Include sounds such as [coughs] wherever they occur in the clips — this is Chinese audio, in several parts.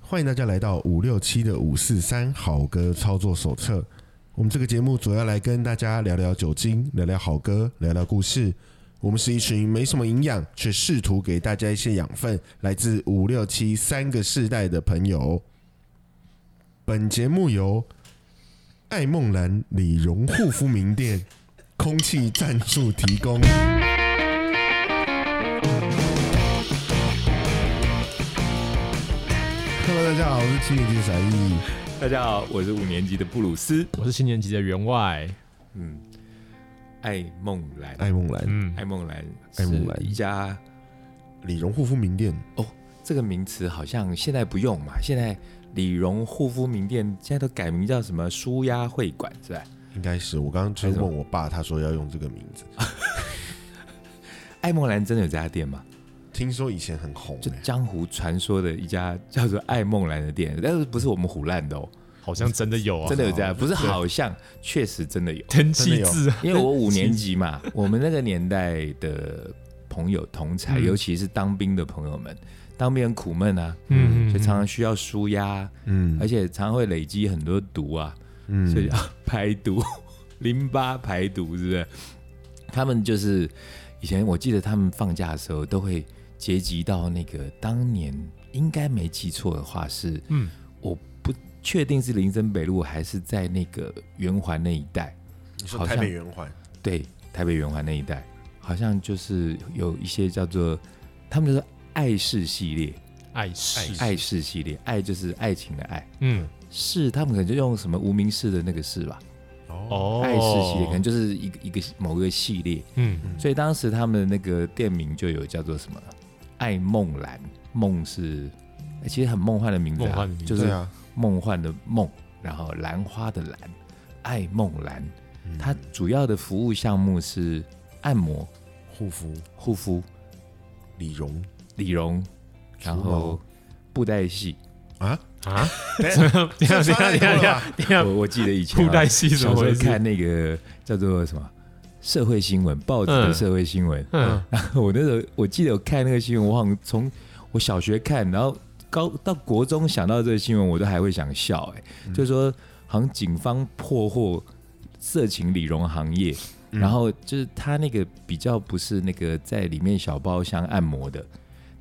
欢迎大家来到五六七的五四三好歌操作手册。我们这个节目主要来跟大家聊聊酒精，聊聊好歌，聊聊故事。我们是一群没什么营养，却试图给大家一些养分，来自五六七三个世代的朋友。本节目由爱梦兰李荣护肤名店 [laughs] 空气赞助提供。Hello，大家好，我是七年级的傻义。大家好，我是五年级的布鲁斯。我是七年级的员外，嗯，爱梦兰，爱梦兰，嗯，爱哎梦兰，爱梦兰一家李荣护肤名店，这个名词好像现在不用嘛，现在李荣护肤名店现在都改名叫什么舒压会馆是吧？应该是我刚刚就是问我爸，他说要用这个名字。爱梦兰真的有这家店吗？听说以前很红、就欸，江湖传说的一家叫做爱梦兰的店，但是不是我们胡乱的哦，好像真的有啊，真的有这家，不是对好像，确实真的有。天气字， [laughs] 因为我五年级嘛，我们那个年代的朋友同才，嗯尤其是当兵的朋友们，当兵很苦闷啊，嗯嗯所以常常需要舒压啊，嗯而且常常会累积很多毒啊，嗯所以要排毒， [laughs] 淋巴排毒是不是？他们就是以前我记得他们放假的时候都会结集到那个当年应该没记错的话是，嗯，我不确定是林森北路还是在那个圆环那一带。你说好台像北圆环，对，台北圆环那一带，好像就是有一些叫做他们就是爱式系列，爱是，爱式系列，爱就是爱情的爱，嗯，是他们可能就用什么无名氏的那个氏吧，哦，哦，爱式系列可能就是一个一个某个系列，嗯，所以当时他们那个店名就有叫做什么爱梦兰，梦是、哎其实很梦幻的名字、啊，梦幻的名字就对是啊，梦幻的梦，然后兰花的兰，爱梦兰，嗯它主要的服务项目是按摩。护肤护肤、李荣理容，然后布袋戏。啊，啊，等一等这一下等一下差太等一多了下吧等一下，我我记得以前啊布袋戏怎小么时候回事？看那个叫做什么社会新闻，报纸的嗯社会新闻。嗯， [laughs] 我那时候我记得我看那个新闻，我好像从我小学看，然后高到国中想到这个新闻，我都还会想笑、哎、嗯就是说好像警方破获色情理容行业。嗯然后就是他那个比较不是那个在里面小包厢按摩的，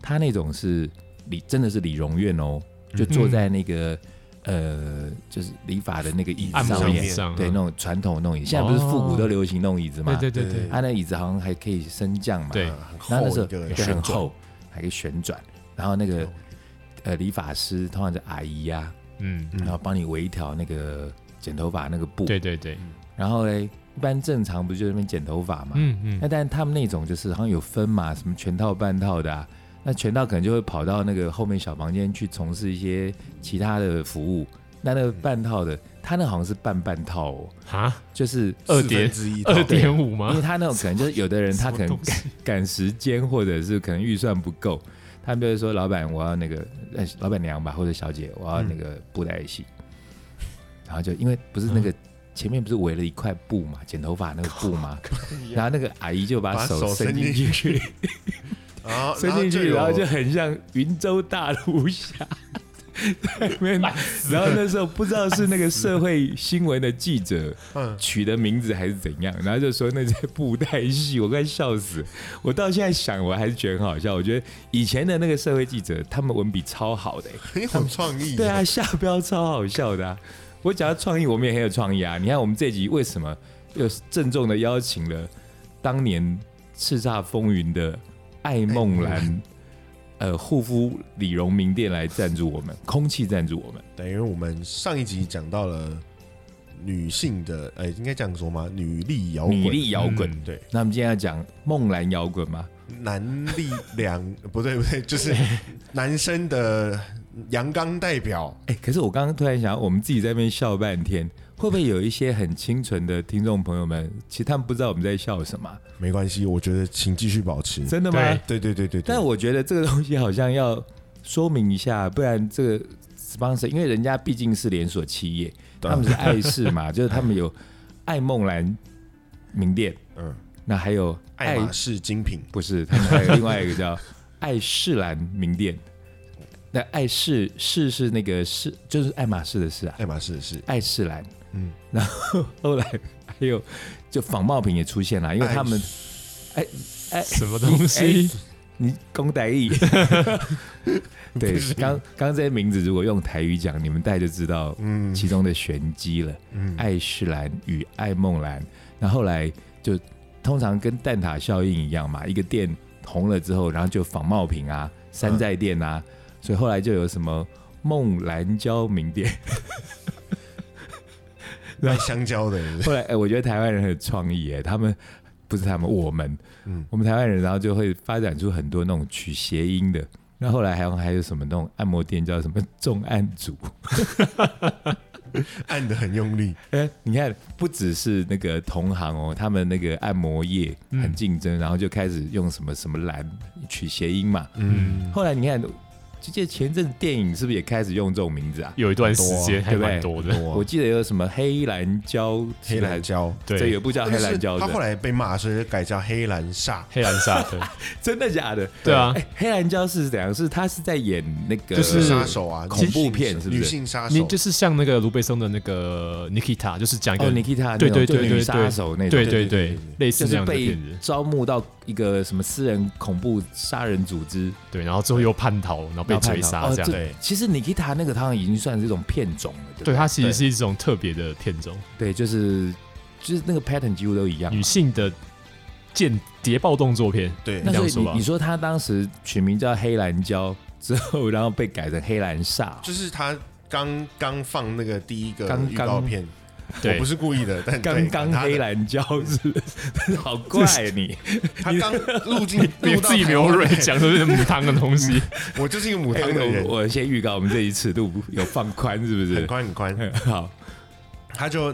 他那种是理真的是理容院哦，就嗯坐在那个、呃就是理发的那个椅按子按摩上摩面，椅上，对那嗯哦种传统的那种椅子，现在不是复古都流行那种椅子嘛？对对对对，他那椅子好像还可以升降嘛，对啊很然厚后那时一候个对很，厚，还可以旋转，然后那个呃理发师通常是阿姨呀、嗯，嗯然后帮你围一条那个剪头发那个布，对对对，然后嘞一般正常不就在那边剪头发嘛，嗯嗯那但他们那种就是好像有分嘛，什么全套半套的、啊，那全套可能就会跑到那个后面小房间去从事一些其他的服务。那那个半套的，他那好像是半半套哦，啊，就是二四叠分之一套二点五因为吗？他那种可能就是有的人他可什能么东西赶时间，或者是可能预算不够，他们就会说老板我要那个，呃老板娘吧或者小姐我要那个布袋戏，然后就因为不是那个前面不是围了一块布嘛，剪头发那个布嘛，然后那个阿姨就把把手手伸伸进进去， [laughs] 然后伸进去，啊然然后后就就有很像云州大儒侠。在那 [laughs] 边然后那时候不知道是那个社会新闻的记者嗯取的名字还是怎样，然后就说那些布袋戏，我快笑死！我到现在想，我还是觉得很好笑。我觉得以前的那个社会记者，他们文笔超好的、欸很有创意， [laughs] 对啊，，下标超好笑的、啊。我讲到创意，我们也很有创意啊。你看我们这集为什么又郑重的邀请了当年叱咤风云的爱梦兰，呃，护肤理容名店来赞助我们，空气赞助我们。等于我们上一集讲到了女性的，哎，应该这样说吗？女力摇滚，女力摇滚，嗯对，那我们今天要讲梦兰摇滚吗？男力两 [laughs] 不对不对，就是男生的阳刚代表，哎、可是我刚刚突然想，我们自己在那边笑半天，会不会有一些很清纯的听众朋友们，其实他们不知道我们在笑什么啊？没关系，我觉得请继续保持。真的吗？嗯对对对对对对，但我觉得这个东西好像要说明一下，不然这个 sponsor，因为人家毕竟是连锁企业，对他们是爱仕嘛，就是他们有爱梦兰名店，嗯，那还有爱马仕精品，不是，他们还有另外一个叫爱仕兰名店。那爱仕仕是那个仕，就是爱马仕的仕啊，爱马仕是爱仕兰。嗯，然后后来还有就仿冒品也出现了，因为他们什么东西？你公 [laughs] 台语，对，刚刚这些名字如果用台语讲，你们大家就知道嗯其中的玄机了。嗯爱仕兰与爱梦兰，那后来就通常跟蛋挞效应一样嘛，一个店红了之后，然后就仿冒品啊、山寨店啊，所以后来就有什么梦兰娇名店。卖香蕉 [laughs] 的，后来，哎、我觉得台湾人很有创意，哎，他们不是他们，我们，嗯我们台湾人，然后就会发展出很多那种取谐音的。那后来还有还有什么那种按摩店叫什么重案组？ [laughs] 按的很用力，哎、你看，不只是那个同行哦，他们那个按摩业嗯很竞争，然后就开始用什么什么蓝取谐音嘛。嗯，后来你看，就记得前阵子电影是不是也开始用这种名字啊？有一段时间还很多啊蛮多的，我记得有什么黑蓝胶，黑蓝胶，对，对，有部叫黑蓝胶他后的，来被骂，所以就改叫黑蓝煞，黑蓝煞的，真的假的？对啊哎、，黑蓝胶是怎样？是他是在演那个就是杀手啊，恐怖片女性是不是女性杀你手就，是像那个卢贝松的那个 Nikita，就是讲一哦个， ，Nikita 对对那种就对女对杀手那种，对对对对对对对，类就似那是样的被片子，招募到一个什么私人恐怖杀人组织对，然后最后又叛逃，然后被然后追叛杀逃这样，哦对，其实 Nikita 那个他已经算是一种片种了，对不对，对它其实是一种特别的片种，对，就是就是那个 pattern 几乎都一样嘛。女性的间谍报动作片，对那所以这样说你吧你说他当时取名叫黑蓝胶之后，然后被改成黑蓝煞，就是他刚刚放那个第一个刚预告片，我对不，是故意的，但刚对刚他的黑蓝胶是不是 [laughs] 好怪啊你，他刚入 [laughs] 境你入到自己牛牛蕊，讲的是母汤的东西， [laughs] 我就是一个母哎汤 [laughs] 的人我，我先预告，我们这一尺度有放宽，是不很是？宽很宽。 [laughs] 好，他就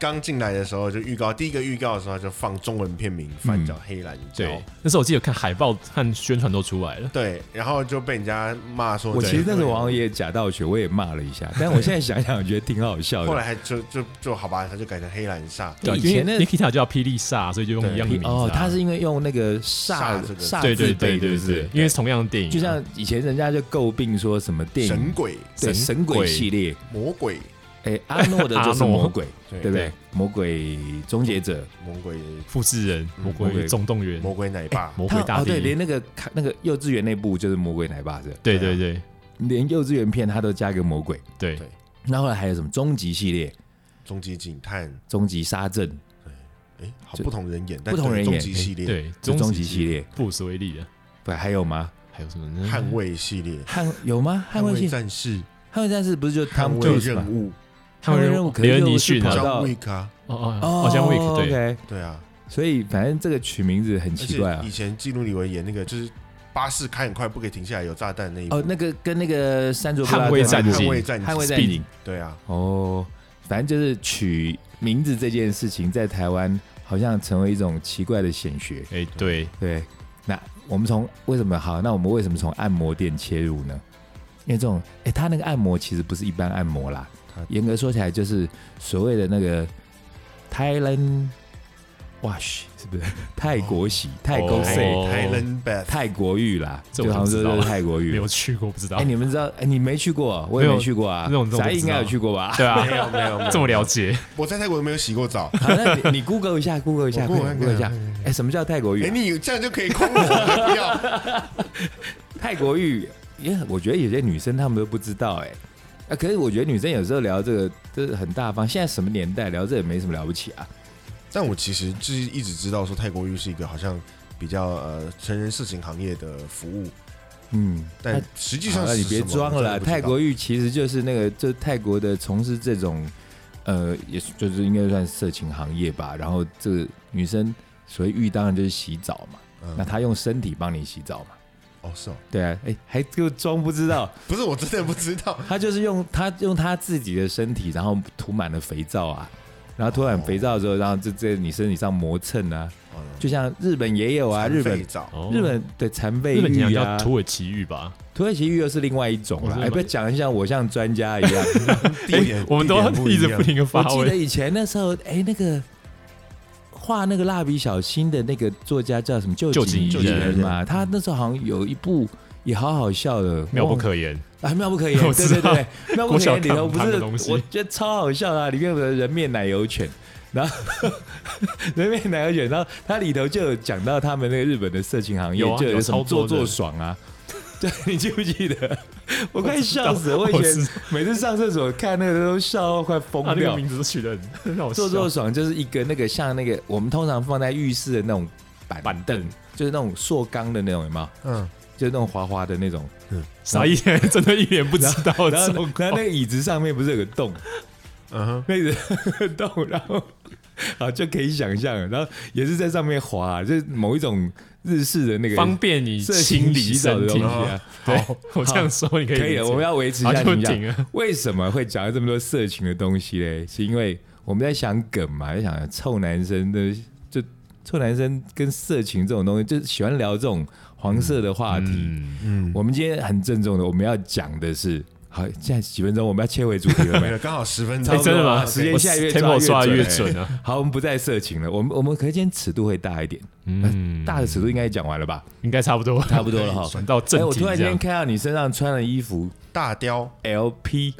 刚进来的时候就预告，第一个预告的时候他就放中文片名，翻叫《黑蓝胶》对，那时候我记得看海报和宣传都出来了，对，然后就被人家骂说，我其实那时候网王爷假道学，我也骂了一下，但我现在想想，我觉得挺好笑后 [laughs] 的。来还就就就好吧，他就改成黑蓝煞，对以啊因为前那 Nikita 叫霹雳煞，所以就用一样的名字啊哦，他是因为用那个煞煞这个煞对字对辈是对对不是对，因为是同样的电影啊，就像以前人家就诟病说什么电神影鬼、对神神鬼鬼系列，魔鬼、哎，阿诺的就是 [laughs] 阿诺魔鬼，对对不对？魔鬼终结者，魔鬼、复制人、魔魔鬼鬼总动员、嗯魔鬼奶爸，哎魔他鬼大哦，对，帝连，那个看那个幼稚园那部就是魔鬼奶爸是吧，对对啊对连幼稚园片他都加个魔鬼。对对，那后来还有什么终极系列、终极警探，终极杀阵、哎，好就不同人演，但不同人演终极系列、对，这终极止系列，布鲁斯威利的，对，还有吗？还有什么呢？捍卫系列、捍有吗？嗯捍卫系战士、捍卫战士不是就捍 Tom 卫 Cruise 任吗？务、捍卫任务可能雷恩尼又是逊啊跑找张到卫啊，哦哦哦，像 Wick 对， ，OK，对啊，所以反正这个取名字很而奇怪且啊以。前基努里维演那个就是巴士开很快，不可以停下来，有炸弹那一部哦，那个跟那个山卓布拉捍卫克战捍警卫啊战警捍卫战 Speed 警对啊，哦，反正就是取名字这件事情在台湾好像成为一种奇怪的显学。哎对，对，那我们从为什么好？那我们为什么从按摩店切入呢？因为这种，哎、他那个按摩其实不是一般按摩啦它，严格说起来就是所谓的那个 Thailand wash 是不是泰国洗、泰国哦 say、 Thailand Bath 泰国浴啦，这就我好像就不知道说了是泰国没浴有。去过，不知道哎、，你们知道？哎、你没去过，我也没有没去过啊。那种这种宅我不知应该有道去过吧？ [laughs] 对啊没，有没有没有这么了解，我在泰国没有洗过澡，好，那你你 Google 一下，Google 一下我 Google ，Google 一下看看。哎、什么叫泰国浴哎，啊、你这样就可以控我了，不要 [laughs] 泰国浴，因为我觉得有些女生她们都不知道哎、啊，可是我觉得女生有时候聊这个，这很大方。现在什么年代，聊这也没什么了不起啊。但我其实就是一直知道说泰国浴是一个好像比较呃成人色情行业的服务，嗯，但实际上好了是啊你别什么装了啦，我真的不知道泰国浴其实就是那个，就泰国的从事这种，呃，也是就是应该算色情行业吧。然后这个女生所谓浴当然就是洗澡嘛，嗯那她用身体帮你洗澡嘛。哦是哦，对啊，哎、还就装不知道，不是我真的不知道，他就是用他用他自己的身体，然后涂满了肥皂啊，然后涂满肥皂之后，然后就在你身体上磨蹭啊，嗯就像日本也有啊，日残废本澡哦日本的残废日本讲浴叫啊，土耳其浴吧？土耳其浴又是另外一种我啦知。道哎，不要讲一下我像专家一样，地点哎我们都地点一直样不停的我 [laughs] 发记得问，以前那时候，哎，那个画那个蜡笔小新的那个作家叫什么？旧旧井井宜人人嘛，他那时候好像有一部。也好好笑的，妙不忘可言。啊，妙不可言， [laughs] 我对知对道对，妙不国可小言里头堂不堂是的东，西我觉得超好笑的啊、里面有个人面奶油犬，然后 [laughs] 人面奶油犬，然后它里头就有讲到他们那个日本的色情行业，有啊就有什么超多做的做爽 [laughs] 啊。对，你记不记得？啊我快笑死了！我以我前知每次上厕所看那个都笑到快疯啊，那掉个。名字都取得很很好笑做做爽就是一个那个像那个我们通常放在浴室的那种板板凳，就是那种塑钢的那种，有没有？嗯，就是那种滑滑的那种。啥意思？真的一脸不知道的然后，状然后况，那个椅子上面不是有个洞？嗯哼，那个 [laughs] 洞，然后好就可以想象了，然后也是在上面滑、就是某一种日式的那个方便你色情清洗理澡的东西身体。哦啊。对，我这样说你可以可以理解了，我们要维持一然下后就形象停。了。啊为什么会讲到这么多色情的东西嘞？是因为我们在想梗嘛，在想臭男生的，就臭男生跟色情这种东西，就是喜欢聊这种黄色的话题。嗯，嗯，我们今天很郑重的，我们要讲的是，好，现在几分钟，我们要切回主题了没？没啊了，刚好十分差钟不哎，了，多真的啊吗？时间我现在越抓 tempo 抓得越越准哎准啊。好，我们不再色情了，我们我们可是今天尺度会大一点，呃嗯，大的尺度应该也讲完了吧？应该差不多，差不多了哈。转到哎，正我题突然这间样。看到你身上穿的衣服大雕 LP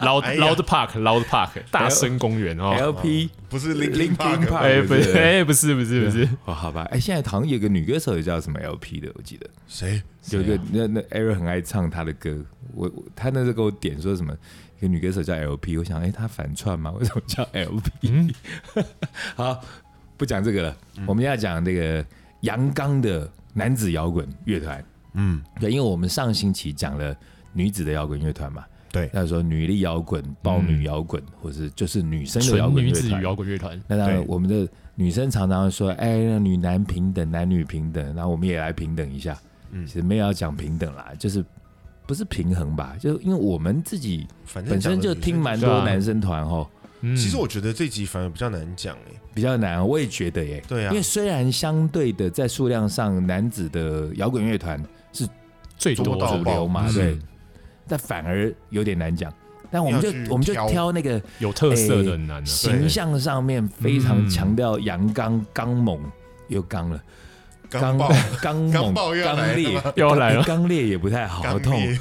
老哎呀 Loud Park，Loud Park，大哎声公园哦。 LP，不是 Linkin Linkin Park， Park 哎，不对是，对哎，不是，不是，不是，哦，好吧，哎，现在好像有个女歌手也叫什么 LP 的，我记得谁？有一个那那 Aaron 很爱唱她的歌，我我她那时候给我点说什么。一个女歌手叫 LP，我想，哎、她反串吗？ [laughs] 为什么叫 LP？、好，不讲这个了，我们要讲这个阳刚的男子摇滚乐团。嗯，对，因为我们上星期讲了女子的摇滚乐团嘛，对，那时候女力摇滚、豹女摇滚，或是就是女生的摇纯滚女乐子团。摇滚乐团。那当然对，我们的女生常常说：“哎，那女男平等，男女平等。”那我们也来平等一下。嗯其实没有要讲平等啦，就是不是平衡吧？就因为我们自己反正本身讲就的听女生蛮就多对啊男生团吼，嗯其实我觉得这集反而比较难讲哎，比较难。我也觉得耶，对啊因为虽然相对的在数量上，男子的摇滚乐团最多多到主爆流嘛，嗯对，但反而有点难讲。但我们要去就我们就挑挑那个有特色的很难啊。形象上面非常嗯强调阳刚、刚猛又刚了。刚 [laughs] 爆刚刚猛爆又要来刚了烈吗又要来了刚烈也不太好，好刚痛烈。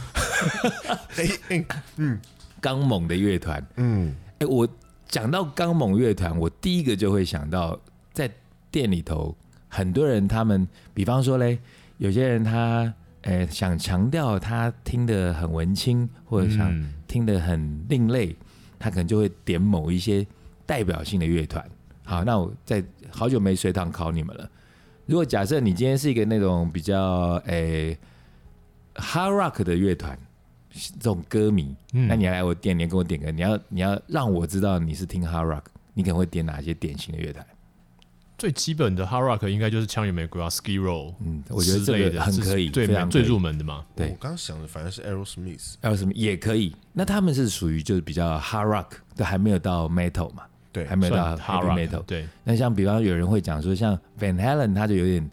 [laughs] 哎哎嗯刚猛的乐团，嗯，哎，我讲到刚猛乐团，我第一个就会想到在店里头，很多人他们，比方说嘞，有些人他，哎，想强调他听得很文青，或者想嗯听得很另类，他可能就会点某一些代表性的乐团。好，那我在好久没随堂考你们了。如果假设你今天是一个那种比较诶、hard rock 的乐团，这种歌迷，嗯那你来我店，你要跟我点歌，你要你要让我知道你是听 hard rock，你可能会点哪些典型的乐团？最基本的 hard rock 应该就是枪与玫瑰啊，Ski Roll，嗯，我觉得之这类个的很这是可以，最非常最可以入门的嘛。对我刚想的反而是 Aerosmith，还有什么也可以。那他们是属于就是比较 hard rock，但还没有到 metal 嘛，对还没有到算 hard heavy rock， metal。对，那像比方有人会讲说，像 Van Halen，他就有点，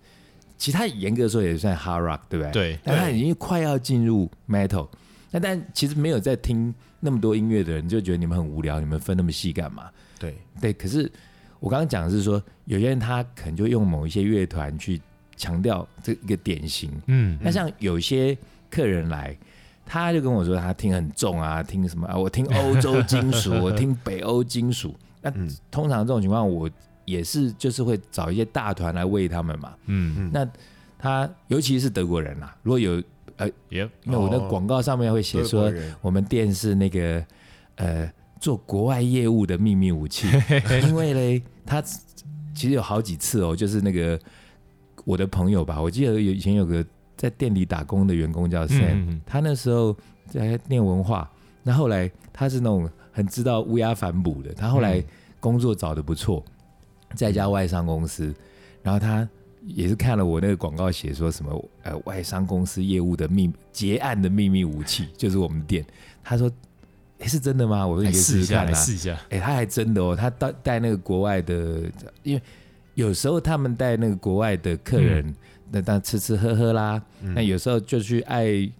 其实他严格说也算 hard rock，对不对？对但他已经快要进入 metal。那但其实没有在听那么多音乐的人，就觉得你们很无聊，你们分那么细干嘛？对，对，可是我刚刚讲的是说，有些人他可能就用某一些乐团去强调这一个典型。嗯，那像有些客人来。他就跟我说，他听很重啊，听什么啊？我听欧洲金属，我听北欧金属。那嗯通常这种情况，我也是就是会找一些大团来喂他们嘛。嗯嗯那他尤其是德国人啦、如果有，Yep，因为我的哦广告上面会写说德国，人我们店是那个呃做国外业务的秘密武 [laughs] 器，因为嘞，他其实有好几次哦，就是那个我的朋友吧，我记得有以前有个在店里打工的员工叫 Sam，、嗯嗯嗯他那时候在念文化，那后来他是那种很知道乌鸦反哺的，他后来嗯工作找的不错，在一家外商公司，然后他也是看了我那个广告写说什么呃外商公司业务的秘结案的秘密武器就是我们店，他说。诶是真的吗？我说你来可以试试一试下，看来啊！试一下。哎、他还真的哦，他带带那个国外的，因为有时候他们带那个国外的客人，嗯那当然吃吃喝喝啦，那有时候就去爱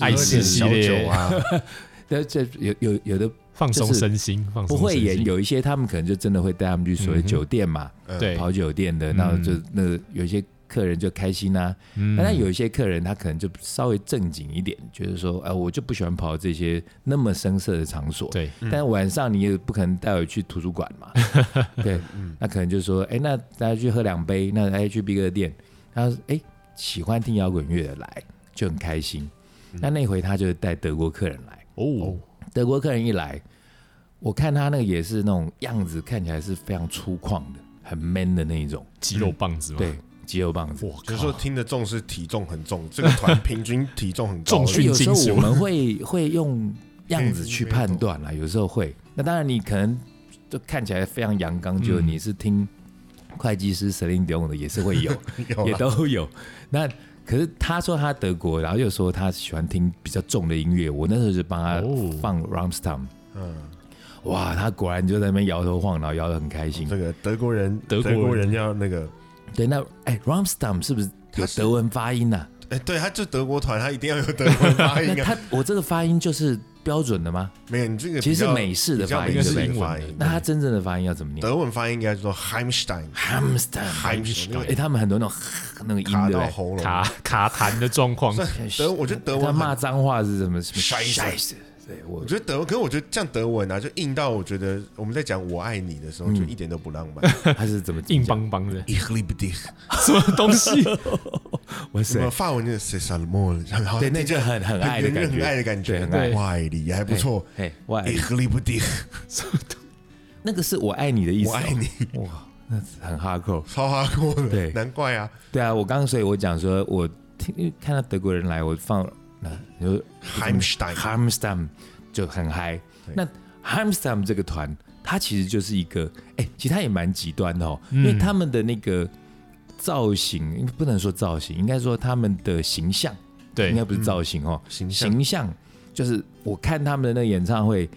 爱喝吃点系小列酒，啊， [laughs] 那这有有有的放松就是身心，放不松会身演，心有一些他们可能就真的会带他们去所谓嗯哼酒店嘛，嗯对跑酒店的，然后就嗯那有一些客人就开心啊。嗯但他有一些客人，他可能就稍微正经一点，觉得说，哎、我就不喜欢跑到这些那么声色的场所。对，但晚上你也不可能带我去图书馆嘛，对，那可能就说，哎、那大家去喝两杯，那大家去 B 哥店，他说，哎、喜欢听摇滚乐的来，就很开心。那那回他就带德国客人来，哦，德国客人一来，我看他那个也是那种样子，看起来是非常粗犷的，很 man 的那一种，肌肉棒子嘛，对，肌肉棒子。哇，只可是说听得重是体重很重，这个 [laughs] 团平均体重很高重的，训哦有时候进行我们会 [laughs] 会用样子去判断啦，有时候会。那当然，你可能就看起来非常阳刚，就你是听会计师 Celine Dion 的，也是会有，有也啦都有。那可是他说他德国，然后又说他喜欢听比较重的音乐，我那时候就帮他哦放 r a m s t a m 嗯，哇，他果然就在那边摇头晃脑，摇得很开心。这个德国人，德国人国人要那个，对，那哎 r a m s t a m 是不是他有是德文发音呐、哎，对，他就德国团，他一定要有德国发那音啊。他我这个发音就是标准的吗？没有，你这个其实比是较美式的比较发音，美对式不对的发英文音，那他真正的发音要怎么念？德文发音应该说 Heimstein， Hamster，哎、 Hamstein 他们很多那种那个音卡对到不喉咙。卡卡痰的状况，对德，我觉得德文哎他很骂脏话是什么什么 Scheiße Scheiße，对我我觉得德文，可是我觉得这样德文啊，就硬到我觉得我们在讲“我爱你”的时候，嗯就一点都不浪 [laughs] 漫。他是怎么硬讲？邦邦的， Ich liebe dich，什么 [laughs] 东西？哇什么塞，法文就是 s e s a l m o n 然后对，那就很很爱的很感很觉，爱的感觉，对很爱我爱你也还不错。哎，我 [laughs] 爱 Ich liebe dich，那个是我爱你的意思、我爱你，哇，那是很哈扣。超哈过的，对难怪啊对啊，我刚刚所以我讲说，我听因为看到德国人来，我放那你说，Heimstein， Hamstam 就很嗨。对那 Hamstam 这个团，它其实就是一个，哎、其实它也蛮极端的哦，因为他们的那个造型，不能说造型，应该说他们的形象，应该对，不是造型哦，形象形象就是我看他们的那个演唱会，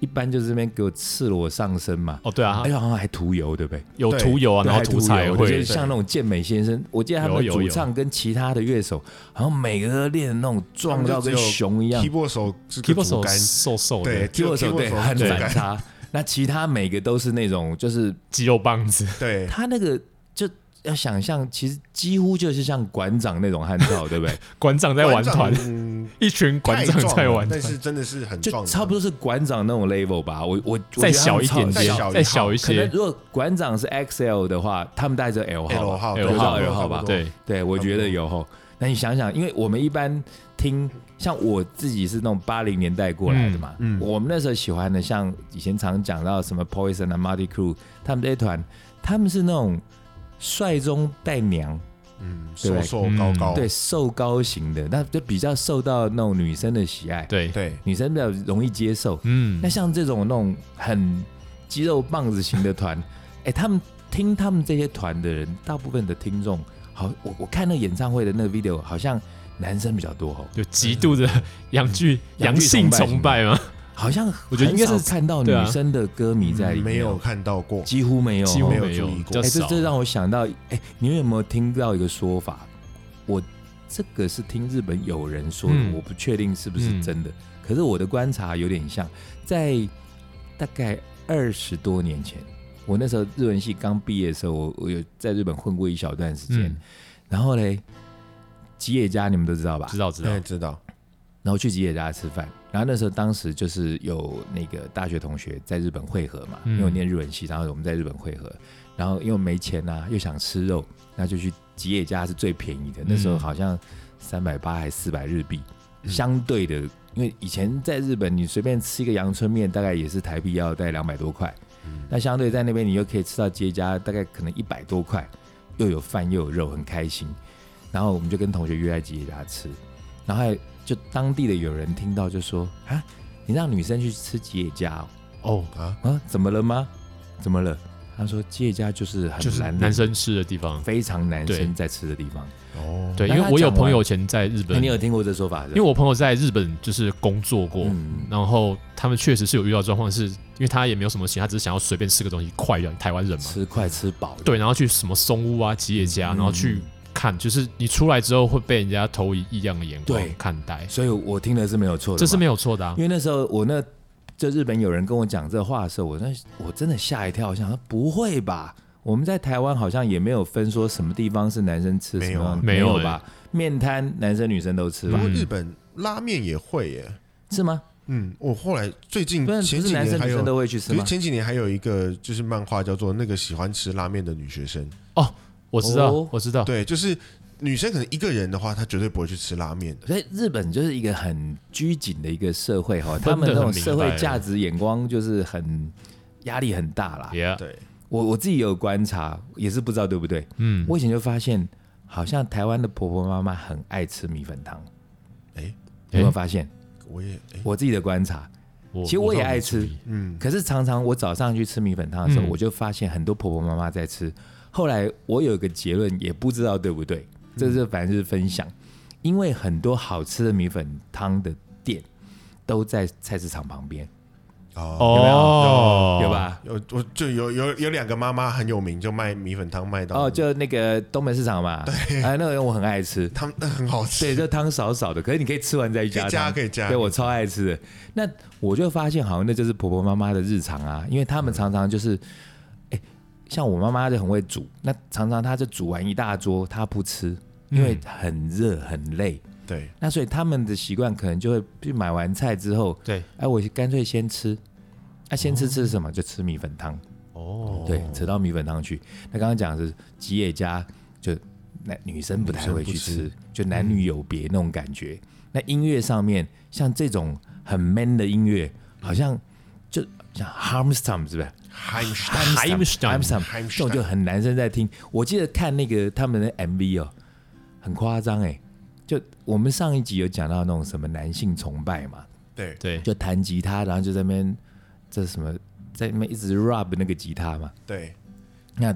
一般就是这边给我赤裸上身嘛。哦对啊哎，，好像还涂油，对不对？有对涂油啊，然后还涂彩油就绘是，像那种健美先生，我记得他们的有有主有唱跟其他的乐手，好像每个都练得那种壮到他们跟就只有熊一样。 ，keyboard 手是个 keyboard 竹手竿，瘦瘦对的，，只有的手对 keyboard 手很是竹反竿，差。那其他每个都是那种，就是肌肉棒子，对，他那个就要想象，其实几乎就是像馆长那种汉套，对不对？馆长在玩团馆，长嗯一群馆太长壮在了玩但团，是真的是很就壮，差不多是馆长那种 level 吧。我我再小一点再点小，一再号小一可能些，如果馆长是 XL 的话，他们大概就 L 号 L 吧。号有对号差不多有号吧差不多对，对，我觉得有吼。那你想想，因为我们一般听，像我自己是那种八零年代过来的嘛，嗯嗯我们那时候喜欢的，像以前常讲到什么 Poison 啊、Marty Crew 他们这些团，他们是那种帅中带娘，嗯，瘦对瘦高高，对，瘦高型的，那就比较受到那种女生的喜爱，，对，对，女生比较容易接受。嗯那，像这种那种很肌肉棒子型的团， [laughs] 哎、他们听他们这些团的人，大部分的听众，好，我我看那个演唱会的那个 video，好像男生比较多哦，有极度的阳具阳阳具性崇崇拜拜吗？好像我觉得应该是很少看到女对啊嗯生的歌迷在里面，哦没有，看到过，几乎没有哦，几乎没有没有注意，比过较哎、这少。这让我想到，哎、你们有没有听到一个说法？我这个是听日本友人说的，嗯我不确定是不是真的。可是我的观察有点像，在大概二十多年前，我那时候日文系刚毕业的时候，我我有在日本混过一小段时间。嗯然后嘞，吉野家你们都知道吧？知道知现在道，知道，然后去吉野家吃饭。然后那时候当时就是有那个大学同学在日本会合嘛，嗯因为我念日文系，然后我们在日本会合。然后因为没钱啊，又想吃肉，那就去吉野家是最便宜嗯的。那时候好像三百八还四百日币，嗯相对的，因为以前在日本你随便吃一个阳春面，大概也是台币要带两百多块。嗯那相对在那边，你又可以吃到吉野家，大概可能一百多块，又有饭又有肉，很开心。然后我们就跟同学约在吉野家吃，然后还就当地的有人听到就说：“啊，你让女生去吃吉野家哦、哦，啊，啊？怎么了吗？怎么了？”他说：“吉野家就是很就是男人男生吃的地方。非常男嗯对生在吃的地方。哦，对，那因为他我有讲完朋友以前在日”那本，你有因听过这说法是吧？为我朋友在日本就是工作过，嗯然后他们确实是有遇到状况，是因为他也没有什么钱，他只是想要随便吃个东西快一点，台湾人嘛，吃快吃饱，对，然后去什么松屋啊、吉野家，嗯然后去看，就是你出来之后会被人家投以异样的眼光对看待，所以我听的是没有错的嘛，这是没有错的啊因。为那时候我那就日本有人跟我讲这话的时候，我那我真的吓一跳，我想说不会吧？我们在台湾好像也没有分说什么地方是男生吃没什有么啊，没有欸吧？面摊男生女生都吃不吧过？嗯日本拉面也会耶。是吗？嗯，我后来最嗯近不然不前是几男年生还女有生，都会去吃可是吗？前几年还有一个就是漫画叫做《那个喜欢吃拉面的女学生我知道哦，我知道》，，对，就是女生可能一个人的话，她绝对不会去吃拉面。所以日本就是一个很拘谨的一个社会哈，分得他们那种很明社会白价值眼光就是很压力很大啦。耶，对，我我自己有观察，也是不知道对不对。嗯，我以前就发现，好像台湾的婆婆妈妈很爱吃米粉汤，哎，有没有诶发现？我也哎，我自己的观察，我其实我也倒没爱吃注意嗯，可是常常我早上去吃米粉汤的时候，嗯我就发现很多婆婆妈妈在吃。后来我有一个结论，也不知道对不对，嗯这是反正是分享，因为很多好吃的米粉汤的店都在菜市场旁边，哦，哦，有？吧？有我就有有有两个妈妈很有名，就卖米粉汤卖到哦，就那个东门市场嘛，哎，那个我很爱吃，他们那很好吃，对，就汤少少的，可是你可以吃完再可加以汤加。可以加对，我超爱吃的。那我就发现，好像那就是婆婆妈妈的日常啊，因为他们常常就是，哎、像我妈妈就很会煮，那常常她就煮完一大桌，她不吃，因嗯为很热很累。对，那所以他们的习惯可能就会去买完菜之后，对，哎、我干脆先吃，那、先吃吃什么？就吃米粉汤。哦，对，扯到米粉汤去。那刚刚讲的是吉野家，就男女生不太会去女吃，就男女有别那种感觉。那音乐上面，像这种很 man 的音乐，好像就像 Hamstam 是不是海海姆斯？Hamstam 海姆斯这种就很男生在听。我记得看那个他们的 MV 哦，很夸张哎。就我们上一集有讲到那种什么男性崇拜嘛，对对，就弹吉他，然后就在那边这什么，在那边一直 rub 那个吉他嘛。对，那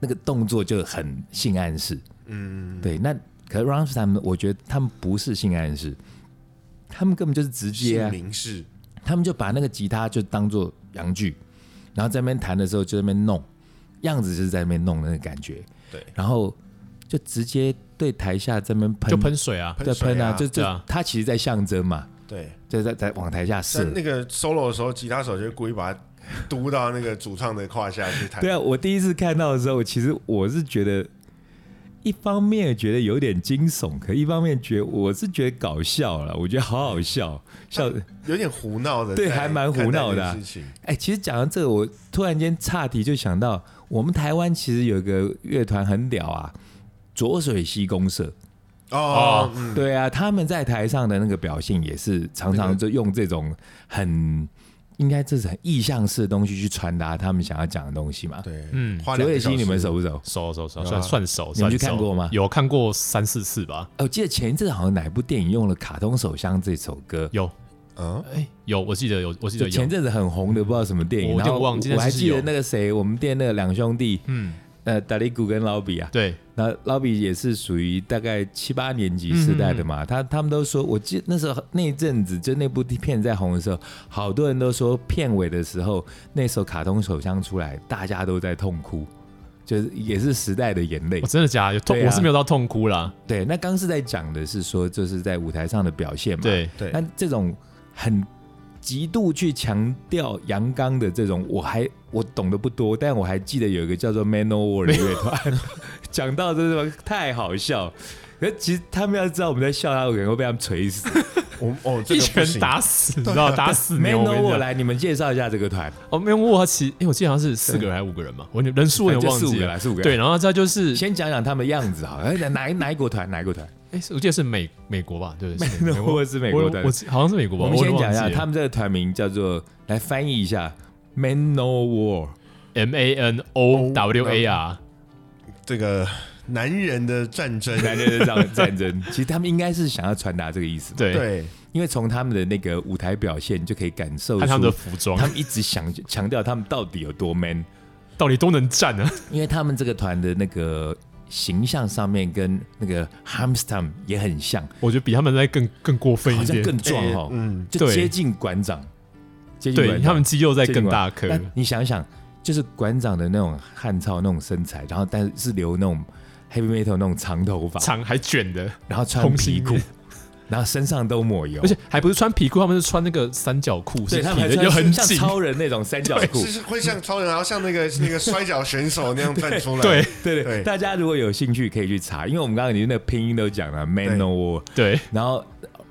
那个动作就很性暗示。嗯，对，那可是 r a m s t e i n 我觉得他们不是性暗示，他们根本就是直接、姓啊，名是他们就把那个吉他就当做洋剧，然后在那边弹的时候就在那边弄，样子就是在那边弄的那个感觉，对，然后就直接对台下这边喷，就喷水啊，在水喷啊，就就、对啊他其实在象征嘛，对，就在在往台下在射。那个 solo 的时候，吉他手就会故意把它嘟到那个主唱的胯下去弹。对啊，我第一次看到的时候，其实我是觉得，一方面觉得有点惊悚，可一方面觉得我是觉得搞笑了，我觉得好好笑， [laughs] 笑。有点胡闹的，对在还蛮胡闹的啊看待这件事情哎、其实讲到这个，我突然间岔题就想到，我们台湾其实有一个乐团很屌啊，浊水溪公社。哦，嗯对啊，他们在台上的那个表现也是常常就用这种很。应该这是很意象式的东西去传达他们想要讲的东西嘛？对，嗯，花浊两水个溪小你们时，熟不哦熟？熟熟熟，有啊算算熟，你们去算熟看过吗有看过三四次吧，哦，我记得前一阵好像哪一部电影用了《卡通手箱》这首歌，有，嗯，哎，有，我记得有，我记就得前有，阵子很红的，不知道什么电影。我有然点后忘记我但还是记得有那个谁，我们店那个两兄弟，嗯，呃，达利古跟老比啊，对，那老比也是属于大概七八年级时代的嗯嘛。他他们都说，我记得那时候那一阵子，就那部片在红的时候，好多人都说片尾的时候，那首卡通手箱出来，大家都在痛哭，就是也是时代的眼泪我。真的假的？有痛，对啊我是没有到痛哭啦，对，那刚是在讲的是说，就是在舞台上的表现嘛。对，对那，这种很极度去强调阳刚的这种，我还我懂得不多，但我还记得有一个叫做 Manowar 的乐团，讲到这种太好笑。可是其实他们要知道我们在笑他，我可能会被他们锤死。我哦，这一个不拳行，打死，啊你知道打死牛。我跟你 Manowar 讲来，你们介绍一下这个团，哦，没有我他其，哎，我记得好像是四个人还是五个人嘛，我有点人数我有点就忘四五记个了来，。四五个。对，，然后再就是，先讲讲他们的样子好了，哎哪一哪一国团？哪一国团哎，是我记得是美美国吧，对不对？[laughs] 是美国？Manowar 是美国我团我。好像是美国吧，我们先讲一有下，点忘记了他们这个团名叫做，来翻译一下 Manowar。 M A N O W A 嗯 R，这个男人的战争，男人的战战争，其实他们应该是想要传达这个意思，，对，对，因为从他们的那个舞台表现，你就可以感受看他们的出服装他们一直想 [laughs] 强调他们到底有多 man，到底都能站啊， [laughs] 因为他们这个团的那个形象上面跟那个 Hamstam 也很像，我觉得比他们在更更过分好一像点，更壮哎哦，嗯，就对接近馆长，接近馆对长他们肌肉在接近更馆大颗，那你想想，就是馆长的那种汉操那种身材，然后但是留那种 heavy metal 那种长头发，长还卷的，然后穿空皮心裤裤，，然后身上都抹油，而且还不是穿皮裤，他们是穿那个三角裤，对是他皮们还的，穿又很像紧，超人那种三角裤是。是会像超人，然后像那个 [laughs] 那个摔跤选手那样站出来。对 [laughs] 对对对，大家如果有兴趣可以去查，因为我们刚刚已经那个拼音都讲了 m a n o w 对，然后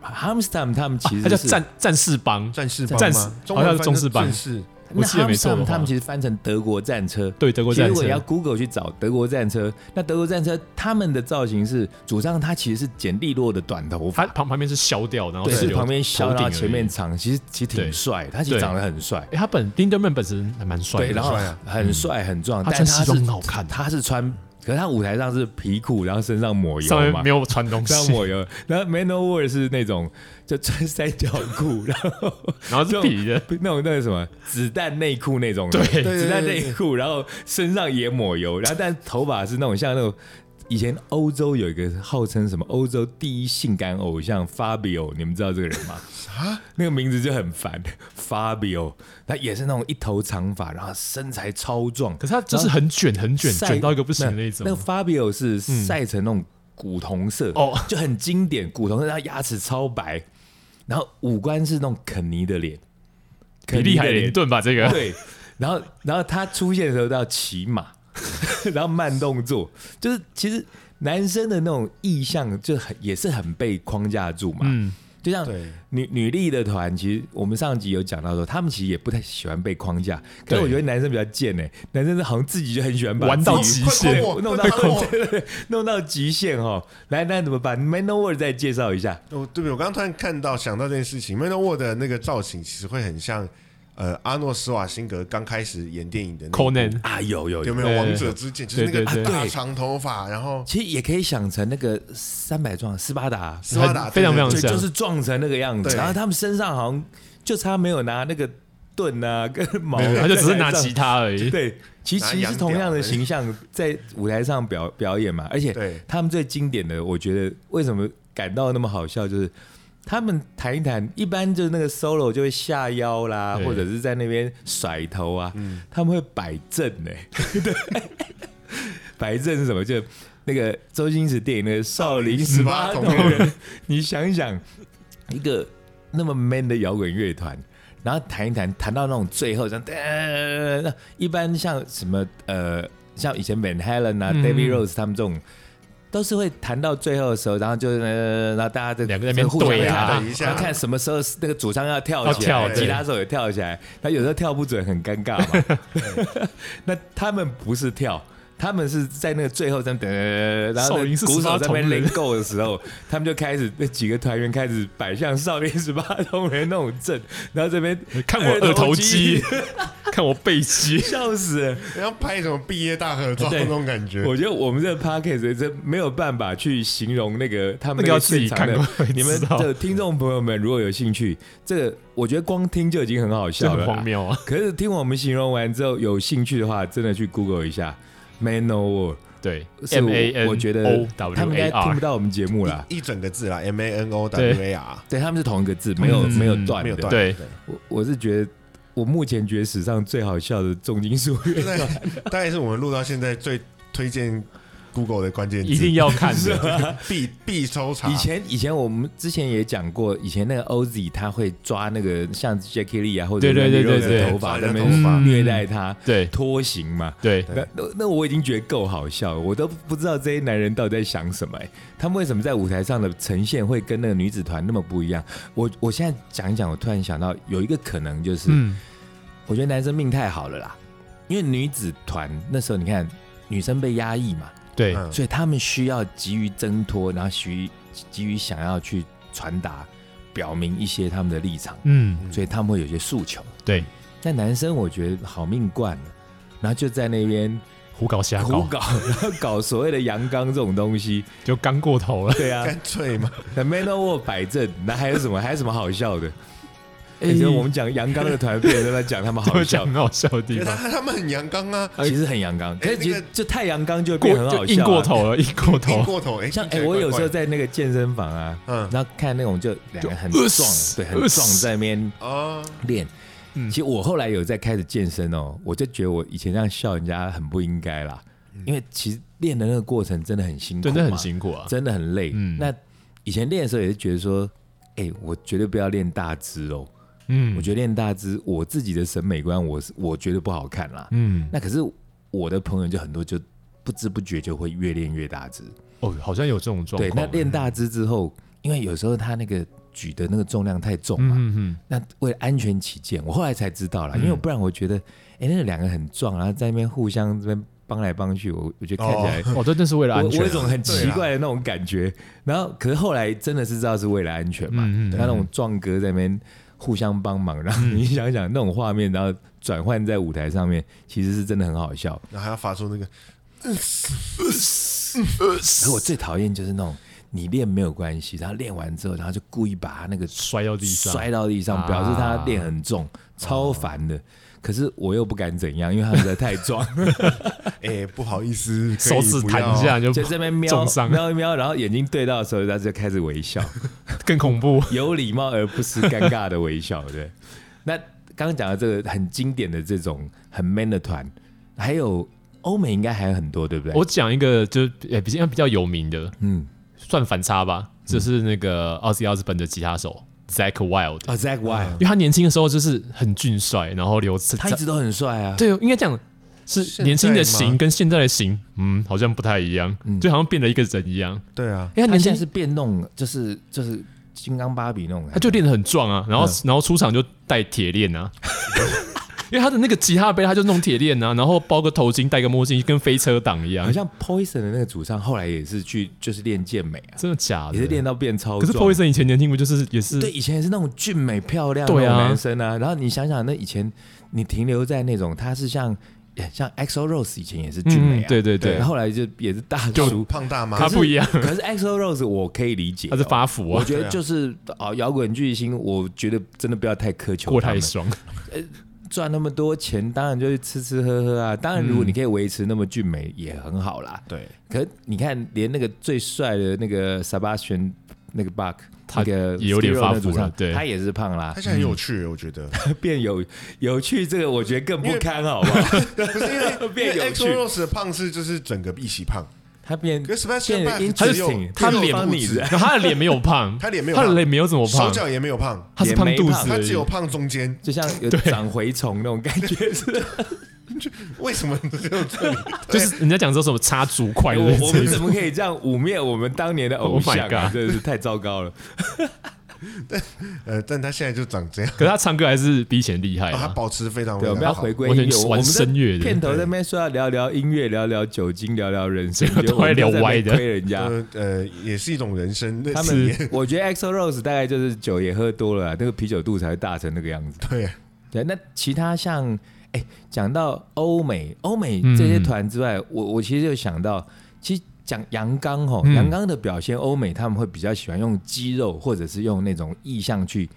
Hamstam 他们其实啊他叫是战战士帮，战士帮战士吗？中文好像翻是中成士帮战士我记得没错的 Hamstam 话他们其实翻成德国战车。对，德国其实战如果士你要 Google 去找德国战车，那德国战车他们的造型是主张它其实是简利落的短头他发，旁旁边是削掉，然后对，只是留旁边削头顶到而已前面。长，其实其实挺啊对帅，他其实对长得很帅。诶他本 Linderman 本身还蛮帅的，嗯对，然后帅啊很帅很壮，他但穿他西是装很好看，他是穿，可是他舞台上是皮裤，然后身上抹油上面嘛没，有穿东身 [laughs] 上西，抹油。然后 Manowar 是那种就穿三角 [laughs] 裤，然后然后是皮的，那种那个什么子弹内裤那种的，对对子弹对对内裤，然后身上也抹油，然后但头发是那种像那种。以前欧洲有一个号称什么欧洲第一性感偶像 Fabio，你们知道这个 [laughs] 人吗？啊，那个名字就很烦，Fabio，他也是那种一头长发，然后身材超壮，可是他就是很卷，很卷，晒卷到一个不行的那种嗯那。个 Fabio 是晒成那种古铜色，哦就很经典古铜色，他牙齿超白，然后五官是那种肯尼的脸，比肯尼利的海林脸，顿吧，这个对，然后然后他出现的时候要骑马， [laughs] 然后慢动作，就是其实男生的那种意向就很也是很被框架住嘛，嗯，就像对，女女力的团，其实我们上集有讲到说，他们其实也不太喜欢被框架，可对是我觉得男生比较贱哎、男生好像自己就很喜欢把玩到自己极快限帮我 [laughs] 弄到快帮我弄到极限哦。来，那怎么办？Manowar 再介绍一下，哦，对不起，我刚刚突然看到想到这件事情 m a n o w a r 的那个造型其实会很像呃阿诺斯瓦辛格刚开始演电影的那一部 Conan 啊，有有有有，没有对王者之剑？就是那对个对对大长头发，然后其实也可以想成那个三百壮斯巴达，斯巴达很非常对对对就非常像就是撞成那个样子，对然后他们身上好像就差没有拿那个盾啊跟矛，没有他就只是拿吉吉他而已。对，其实拿其实羊是同屌样的而已形象在舞台上表表演嘛，而且对他们最经典的，我觉得为什么感到那么好笑，就是他们弹一弹，一般就是那个 solo 就会下腰啦，对或者是在那边甩头啊，嗯他们会摆正呢、 [laughs] 对，摆正是什么？就那个周星驰电影那个《少林十八铜少林十八铜人》， [laughs] 你想想，一个那么 man 的摇滚乐团。然后弹一弹，弹到那种最后这样，呃，那一般像什么呃，像以前 Van Halen 啊、嗯 David Rose 他们这种都是会弹到最后的时候，然后就是、呃、然后大家就两个在那边互相对啊看对一下然后看什么时候那个主唱要跳要起来，跳吉对他手也跳起来，他有时候跳不准，很尴尬嘛。 [laughs] 那他们不是跳。他们是在那个最后在等，呃然后少林寺鼓十八手在那边铜人连够的时候，他们就开始那几个团员开始摆向少林十八铜人那种阵，然后这边，看我二头肌，， [laughs] 看我背肌 [laughs] 笑死了！然后拍什么毕业大合照对那种感觉。我觉得我们这个 podcast 真没有办法去形容 [laughs] 那个他们 [laughs] 那个要自现己场看的。过才知道 [laughs] 你们的听众朋友们如果有兴趣，这个我觉得光听就已经很好这笑了啦。很荒谬啊！可是听我们形容完之后，有兴趣的话，真的去 Google 一下 Manowar，对是，M 我 A N 我觉 O 得 W 他们应 A 该听不 R，到我们节目啊啦。一一整个字啦，M A N O 对 W A R，对，他们是同一个字，没有嗯没有断没有断的。对我我是觉得，我目前觉得史上最好笑的重金属乐 [laughs] 那大概是我们录到现在最推荐 Google 的关键字，一定要看是的。 [laughs] 吧？必必抽查。以前以前我们之前也讲过，以前那个 Oz 他会抓那个像 Jackie Lee 啊，或者对 Randy 对对对 Rhoads 的对头发抓在人那家边头发虐待他，对拖行嘛。对，对那那那我已经觉得够好笑了，我都不知道这些男人到底在想什么、欸。他们为什么在舞台上的呈现会跟那个女子团那么不一样？我我现在讲一讲，我突然想到有一个可能就是，嗯，我觉得男生命太好了啦，因为女子团那时候你看女生被压抑嘛，对，嗯所以他们需要急于挣脱，然后急于急于想要去传达、表明一些他们的立场，嗯，所以他们会有一些诉求。对，但男生我觉得好命惯了，然后就在那边胡搞瞎胡搞，搞，然后搞所谓的阳刚这种东西。就刚过头了。对啊，干脆嘛，那 Manowar 摆正，那还有什么还有什么好笑的？哎哎、觉得我们讲阳刚的团，别人都在讲他们好就讲笑，很好笑的因地为他方，他们很阳刚啊，其实很阳刚，可哎是其那实个就太阳刚就会过变得很好笑、就啊，硬过 [laughs] 头了，硬过硬头，过头。哎，像哎、听起来我有时怪怪候在那个健身房啊，嗯然后看那种就两个很就壮呃，嘶对，很呃壮嘶在那边哦，练。嗯其实我后来有在开始健身哦，我就觉得我以前这样笑人家很不应该啦，因为其实练的那个过程真的很辛苦，真的很，辛苦啊。真的很累。嗯那以前练的时候也是觉得说，哎、我绝对不要练大只哦，嗯，我觉得练大只，我自己的审美观，我是我觉得不好看啦。嗯，那可是我的朋友就很多，就不知不觉就会越练越大只。哦，好像有这种状对，况。那练大只之后，因为有时候他那个举的那个重量太重嘛，嗯，嗯嗯那为了安全起见，我后来才知道啦，因为嗯不然我觉得，哎、那两个很壮，然后在那边互相这边帮来帮去，我我觉得看起来。 [laughs] 嗯，哦，对，那是为了我安我全啊。有一种很对奇啦怪的那种感觉，然后可是后来真的是知道是为了安全嘛，嗯嗯那那种壮哥在那边互相帮忙，然后你想想那种画面，然后转换在舞台上面，其实是真的很好笑。然后还要发出那个 [laughs] 可是我最讨厌就是那种你练没有关系，然后练完之后，然后就故意把他那个摔到地上，摔到地上啊，表示他练很重，超烦的。可是我又不敢怎样，因为他们实在太 [laughs] 壮，哎、不好意 [laughs] 思，可以手指不弹要啊一下就就这边瞄重伤，瞄一瞄，然后眼睛对到的时候，他就开始微 [laughs] 笑，更恐怖。有礼貌而不失尴尬的微笑。对，那刚刚讲的这个很经典的这种很 man 的团，还有欧美应该还有很多，对不对？我讲一个，就是也比较比较有名的，嗯，算反差吧，就是那个奥斯奥斯本的吉他手 Zach Wild，啊，Zach Wild，因为他年轻的时候就是很俊帅，然后留他一直都很帅啊。对，应该讲是现年轻的在吗型跟现在的型，嗯，好像不太一样，就好像变了一个人一样。对啊，因为他他年现在轻是变弄，就是就是金刚芭比那种感觉，他就练得很壮啊，然后、嗯然后出场就带铁链啊，因为他的那个吉他杯他就弄铁链啊，然后包个头巾，戴个墨镜，跟飞车党一样好，像 Poison 的那个主唱后来也是去就是练健美啊，真的假的？也是练到变超壮。啊可是 Poison 以前年轻不就是也是对以前也是那种俊美漂亮的对啊那种男生啊，然后你想想那以前你停留在那种他是像哎像 EXO Rose 以前也是俊美啊，嗯对对对然后后来就也是大叔。胖大妈他不一样，可是 EXO Rose 我可以理解哦，他是发福我啊，觉得就是啊，摇滚巨星，我觉得真的不要太苛求过他太们爽，赚那么多钱，当然就是吃吃喝喝啊。当然，如果嗯你可以维持那么俊美，也很好啦。对，可你看，连那个最帅的那个 Sebastian 那个 Buck，他那个也有点 Skid Row 发福那主唱了对他也嗯是胖啦他，现在很有趣，我觉 [laughs] 得变有有趣，这个我觉得更不堪，好不好？不是因为变有趣 x o Rose 的胖是就是整个一起胖，他变可是 Sebastian 变 Bach 他只是有挺他只有脸肚帮你子的，然后他的脸没有胖，他脸没有他的胖脸没有怎么手胖，脚也没有胖，他是胖肚子他而只已有。胖中间，就像有长蛔虫那种感觉是。 [laughs] 为什么只有 [laughs] 这里？就是人家讲说什么插足块哎的我我这们一怎种，么可以这样污蔑我们当年的偶 Oh my 像啊？ God 真的是太糟糕了。呃，但他现在就长这样，可是他唱歌还是比以前厉害哦他啊。保持非常哎对，非我们常要好回归完音全乐。我们玩声乐的片头在那边说要聊聊音乐，聊聊酒精，聊聊人 [laughs] 生，啊都结果我们在聊在那边歪的亏人 [laughs] 家。呃呃，也是一种人生，那他是们，我觉得 EXO Rose 大概就是酒也喝多了啊，那个啤酒肚才会大成那个样子。对对，那其他像哎，讲到欧美，欧美嗯这些团之外，我我其实就想到，其实讲阳刚吼，嗯阳刚的表现，欧美他们会比较喜欢用肌肉，或者是用那种意象去，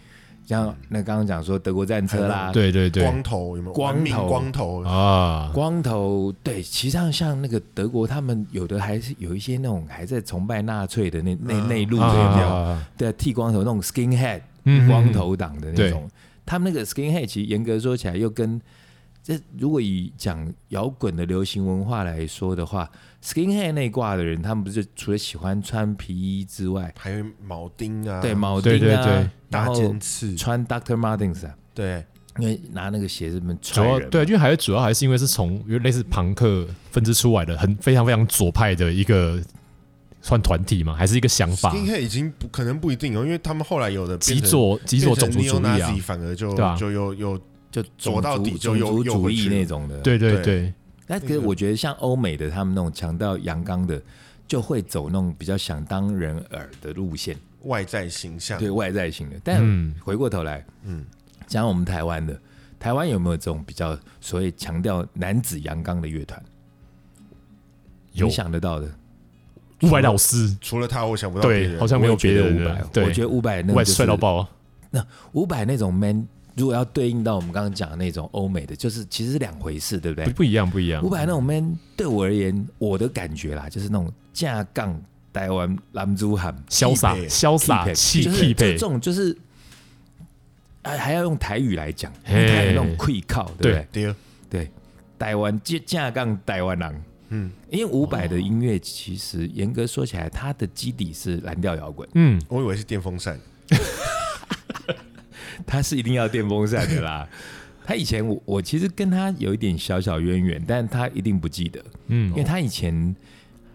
像那刚刚讲说德国战车啦，对对对，光头有没有？光头文明光头，啊，光头，对，其实上像那个德国，他们有的还是有一些那种还在崇拜纳粹的那那嗯内陆的有没有啊，对啊，剃光头那种 skinhead，嗯光头党的那种，他们那个 skinhead 其实严格说起来又跟这如果以讲摇滚的流行文化来说的话，skinhead 那一挂的人，他们不是除了喜欢穿皮衣之外，还有铆钉啊，对，铆对钉对对啊，然大后尖刺，穿 Doctor Martens 啊，对，因为拿那个鞋子们主踹要人嘛，啊对，因为还是主要还是因为是从因为类似朋克分支出来的，很非常非常左派的一个算团体嘛，还是一个想法，应该已经不可能不一定哦，因为他们后来有的极变成左极左种族主义变成啊 neo-Nazi，，反而就对啊就又又就左到底就种又族又主回义去那了种的，对对对对，那可是我觉得像欧美的他们那种强调阳刚的，就会走那种比较想当人耳的路线，外在形象，对外在型的。但嗯，回过头来，嗯，讲我们台湾的，台湾有没有这种比较所谓强调男子阳刚的乐团？有你想得到的，伍佰老师，除了他，我想不到别对，人好。像没有别我也人觉得了伍，佰，对，我觉得伍佰那伍佰个就是帅到爆啊，伍佰那种 man，如果要对应到我们刚刚讲的那种欧美的，就是其实是两回事，对不对不？不一样不一样伍，佰那种 man 对我而言，我的感觉啦，就是那种架杠台湾男子汉。潇洒匹配潇洒匹配气就是匹这配，种就是，还还要用台语来讲，嘿啊用台语那种愧靠，对不对？对，台湾这架杠台湾人，嗯，因为伍佰的音乐其实严格说起来，它的基底是蓝调摇滚， [laughs] 嗯，我以为是电风扇，它是一定要电风扇的 [laughs] 啦。他以前我我其实跟他有一点小小渊源，但他一定不记得，嗯哦因为他以前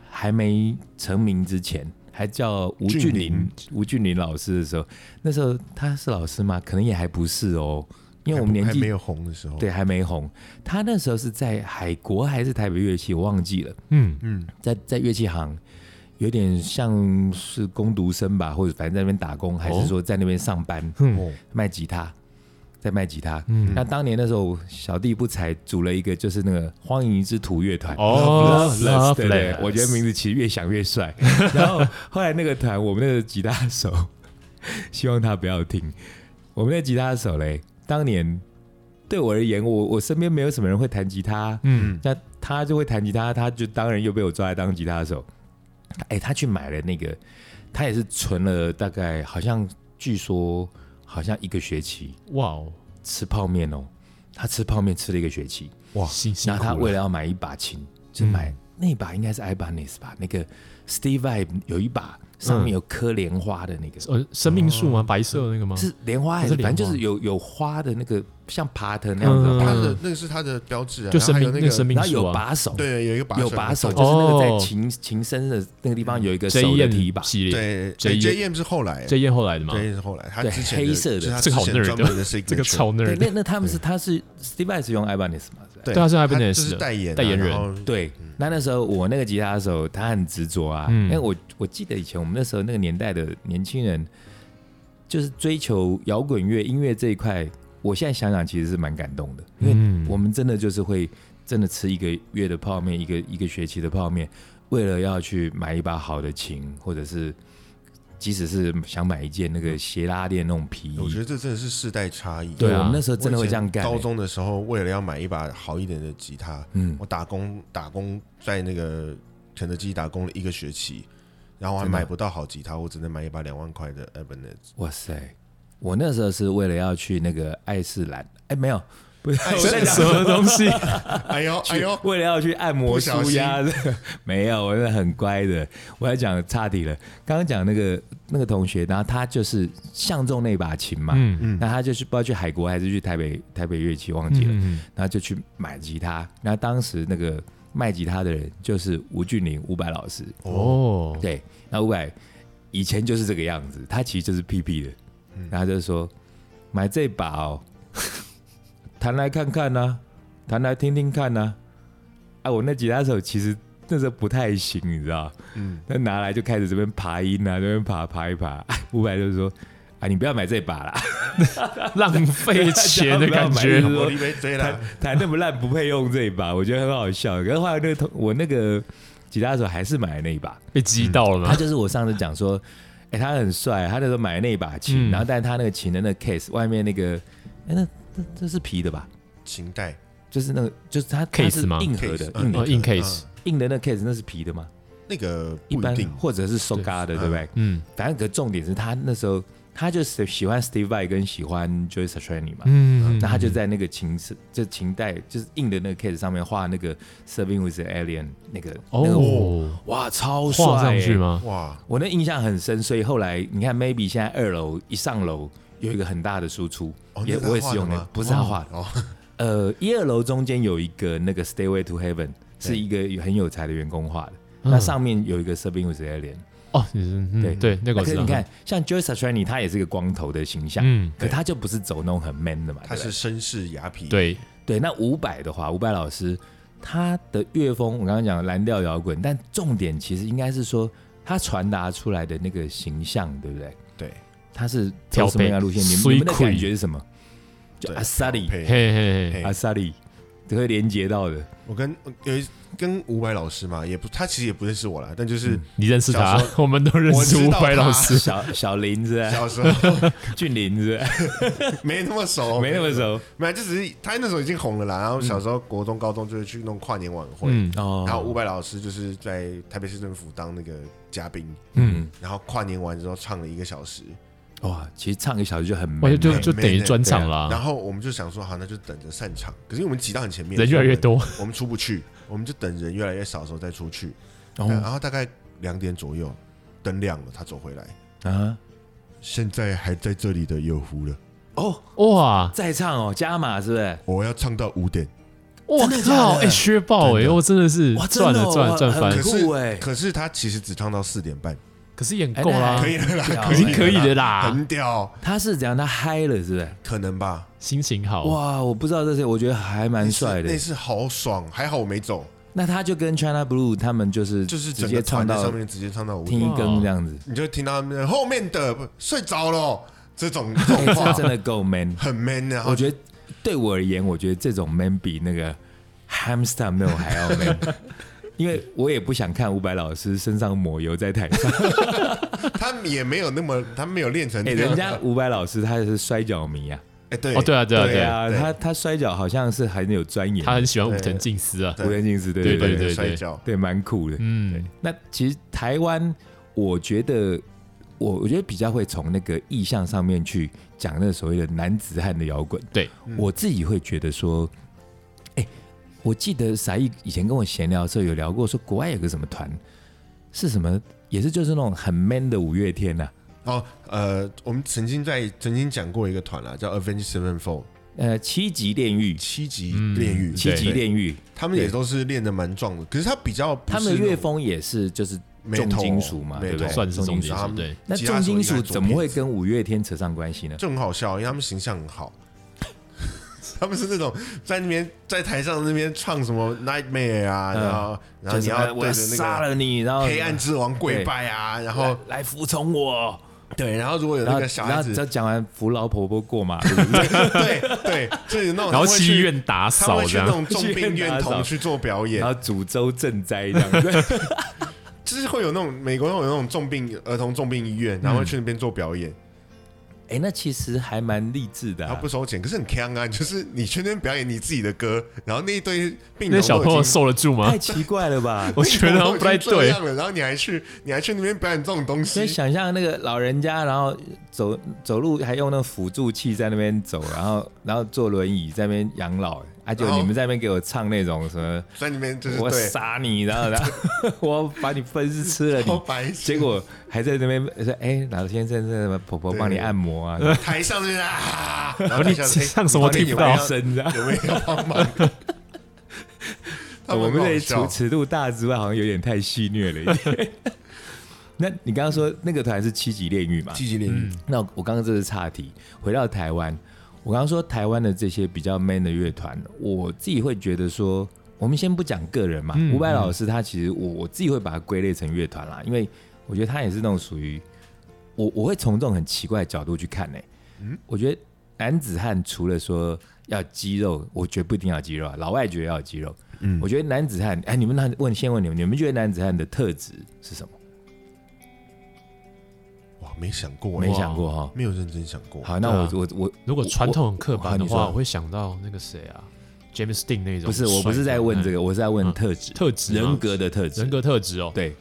还没成名之前，还叫吴俊俊霖霖吴俊霖老师的时候，那时候他是老师吗？可能也还不是哦，因为我们还不年还没纪有红的时候，对，还没红。他那时候是在海国还是台北乐器，我忘记了，嗯嗯，在在乐器行。有点像是工读生吧，或者反正在那边打工，还是说在那边上班、嗯哦，卖吉他，在卖吉他。嗯那当年那时候，小弟不才组了一个，就是那个荒淫之徒乐团。哦 Loveless，对对 Loveless 我觉得名字其实越想越 [laughs] 帅。然后后来那个团，我们那个吉他手，希望他不要听。我们那吉他手嘞，当年对我而言，我我身边没有什么人会弹吉他，啊嗯那他就会弹吉他，他就当然又被我抓来当吉他手。哎，他去买了那个，他也是存了大概好像据说好像一个学期哇哦，吃泡面哦，他吃泡面吃了一个学期。哇辛辛然苦后他为了嗯了要买一把琴，就买、那把应该是 Ibanez 吧，那个 Steve Vai 有一把上嗯面有颗莲花的那个，呃生命树吗？白色的那个吗？哦是莲花还是是莲花反正就是有有花的那个像爬藤那样子，嗯他的那个是他的标志啊，就然后生还命有那个生个命然后树有啊。把手，对，有一个把有把手，手，就是那个在哦嗯琴琴身的那个地方有一个手 J 的 N 提把，系列对，J E ，J J M 是后来 J N 后来的嘛， ，J E M 是后来，他对之前黑色的是他 [laughs] 这个好之前 nerd 专门的 signature，这个超对， nerd，那那他们是他是 Steve Vai 是用 Ibanez 嘛，是吧对，对啊是 Ibanez 就是代言啊代言人，然后对，那那时候我那个吉他手他很执着啊，嗯因为我我记得以前我们那时候那个年代的年轻人，就是追求摇滚乐音乐这一块，我现在想想其实是蛮感动的，因为嗯我们真的就是会真的吃一个月的泡面，一个一个学期的泡面，为了要去买一把好的琴，或者是即使是想买一件那个斜拉链那种皮我觉衣，得这真的是世代差异。对对啊我们那时候真的会这样干、我以前欸高中的时候，为了要买一把好一点的吉他，嗯我打工打工在那个肯德基打工了一个学期，然后我还真的买不到好吉他，我只能买一把两万块的 Ebenezer。哇塞！我那时候是为了要去那个爱士兰，哎、没有，不是，我在这讲什么东 [laughs] 西？哎呦哎呦，为了要去按摩不小舒心压的，没有，我是很乖的。我要讲差题了，刚刚讲那个那个同学，然后他就是相中那把琴嘛，嗯嗯那他就去不知道去海国还是去台北台北乐器忘记了，嗯，然后就去买吉他。然后当时那个卖吉他的人就是吴俊霖伍佰老师，哦，哦，对，那伍佰以前就是这个样子，他其实就是屁屁的，嗯然后他就说买这把哦， [laughs] 弹来看看呐、弹来听听看呐、啊。我那吉他手其实那时候不太行，你知道，嗯，那拿来就开始这边爬音啊，这边爬爬一爬。伍佰就说啊，你不要买这把啦，浪费 [laughs] 钱的感觉对，我离没追弹了，弹那么烂不配用这一把，我觉得很好笑。可是后来那个同我那个吉他手还是买了那一把， [laughs] 被激到了他嘛？就是我上次讲说，哎、他很帅，他那时候买了那一把琴，嗯然后但是他那个琴的那个 case 外面那个，哎、那这这是皮的吧？琴带就是那个，就是他 Case 它是吗硬盒 case，的，嗯硬哦的硬 case 嗯硬的那 case 那是皮的吗？那个一不一般定，或者是收嘎的，对对不对？嗯反正可重点是他那时候他就是喜欢 Steve Vai 跟喜欢 Joey Satriani 嘛，嗯，那他就在那个琴是这琴带就是硬的那个 case 上面画那个 Serving with the Alien 那个那个哦哇超帅、画上去欸吗？哇，我那印象很深，所以后来你看，maybe 现在二楼一上楼有一个很大的输出，哦也那是他我也是画的用那吗不是他画的。哦，呃，一二楼中间有一个那个 Stairway to Heaven，是一个很有才的员工画的。嗯那上面有一个 Serving with Alien，哦，你是嗯对对，那可个我知是道。你看，像 Joe Satriani，他也是个光头的形象，嗯，可他就不是走那种很 man 的嘛。他对不是绅对士雅痞，，对，对。那伍佰的话，伍佰老师他的乐风，我刚刚讲的蓝调摇滚，但重点其实应该是说他传达出来的那个形象，对不对？对，他是挑走什么配样的路线？你们水你们的鬼感觉是什么？就对阿萨里，配嘿嘿嘿，嘿阿萨里，这会连接到 [laughs] 的。我跟我有一跟伍佰老师嘛，也不，他其实也不认识我啦，但就是你认识他小时？我们都认我识知伍道佰老他师。小小林是 [laughs] 吧？小时候俊林是吧？没那么熟， [laughs] 没那么熟没有，就只是他那时候已经红了啦。然后小时候国中、高中就会去弄跨年晚会，嗯然后伍哦。佰老师就是在台北市政府当那个嘉宾，嗯，然后跨年完之后唱了一个小时，哇，其实唱一个小时就很我闷就就欸就等于专场啊然啦，后我们就想说，好，那就等着散场。可是因为我们挤到很前面，人越来越多，我们出不去，我们就等人越来越少的时候再出去。哦然后大概两点左右，灯亮了，他走回来。啊现在还在这里的有福了，哦，哇，再唱哦，加码是不是？我要唱到五点。我真的假的靠，哎，削爆真哎，的我真的是哇真的赚了哦赚了哇赚很翻可很，是酷欸可是他其实只唱到四点半，可是演哎够那啦可，以了啦，屌以欸了可以的啦很屌，他是怎样？他嗨了是不是？可能吧。心情好，哇，我不知道这些，我觉得还蛮帅的那。次好爽，还好我没走，那他就跟 China Blue 他们就是就是直整接个唱船在到上面直接唱到五听点，一更这样子，你就听到他们后面的不睡着了哦这种这种哎，这话真的够 man。 [laughs] 很 man 然后我觉得对我而言，我觉得这种 man 比那个 hamster 没有还要 [laughs] man，因为我也不想看伍佰老师身上抹油在台 [laughs] 上。他也没有那么，他没有练成哎，这样人家伍佰老师他是摔跤迷啊，哎对哦对啊对啊对对啊，他他摔跤好像是很有钻研，他很喜欢武藤静司啊，吴天静是对对对对摔跤对，蛮酷的。嗯，那其实台湾，我觉得我我觉得比较会从那个意向上面去讲那所谓的男子汉的摇滚。对嗯我自己会觉得说，哎、我记得傻义以前跟我闲聊的时候有聊过，说国外有个什么团是什么，也是就是那种很 man 的五月天啊呐、哦呃，我们曾经在曾经讲过一个团啦，叫 Avenge Sevenfold 呃，七级炼狱，七级嗯炼狱，七级对炼狱，他们也都是练的蛮壮的，可是他比较不他是们的乐风也是就是那种重金属嘛 metal，对不对 metal 算是金重金属属，对，那吉他重手金应属该左怎么撇会子跟五月天扯上关系呢？就很好笑，因为他们形象很好。 [laughs] 他们是那种在那边在台上那边唱什么 Nightmare 啊，嗯然后然后就你是哎要我对着要杀那了你，然个后黑暗之王跪拜啊，然后来来服从我，对，然后如果有然那后个小孩然后只要子，讲完扶老婆婆过马路，是不 [laughs] 是对对，就是那种然后哦他们会去去医院打他们扫会去这那样，种重病院童去做表演然，后诅咒赈灾这样 [laughs] 子。就是会有那种美国会有那种重病儿童重病医院，然后会去那边做表演，哎，那其实还蛮励志的然啊后不。收钱，可是很坑啊，就是你去那边表演你自己的歌，然后那一堆病那童小朋友都已经受得住吗！哎太？奇怪了 [laughs] 吧 [laughs] 我觉得好像不太病童都已经这样对，了，然后你还去你还去那边表演这种东所以西，想象那个老人家，然后走走路还用那个辅助器在那边走，然后然后坐轮椅在那边养老，啊，就然后你们在那边给我唱那种什么，在那边就是我对，杀你，然后然后 [laughs] 我要把你分尸 [laughs] 吃了你好，哦白痴， [laughs] 结果还在那边说：“哎、老先生，这什么婆婆帮你按摩啊，然台上就是 [laughs] 啊，然然后后你台下哎说唱什么后听你有不没有到要？伸这样。有没有帮 [laughs] 忙？他我们很们好这除笑，尺度大之外，好像有点太戏虐了一 [laughs] 点。那你刚刚说那个团是七级炼嗯狱嘛？积极淋雨，那我刚刚这是岔题，回到台湾，我刚刚说台湾的这些比较 man 的乐团，我自己会觉得说，我们先不讲个人嘛，嗯伍佰、老师他其实我我自己会把他归类成乐团啦，因为我觉得他也是那种属于我我会从这种很奇怪的角度去看呢、嗯，我觉得男子汉除了说要肌肉，我觉得不一定要肌肉啊，老外觉得要有肌肉，嗯，我觉得男子汉，哎，你们那问先问你们，你们觉得男子汉的特质是什么？哇，没想过欸，没想过哈。没有认真想过，好，那对我、啊我我如果传统很刻板我我的话，你说我会想到那个谁啊，James Dean 那种。不是，我不是在问这个个，我是在问嗯特质、特质吗人格的特质。人格特质哦，对，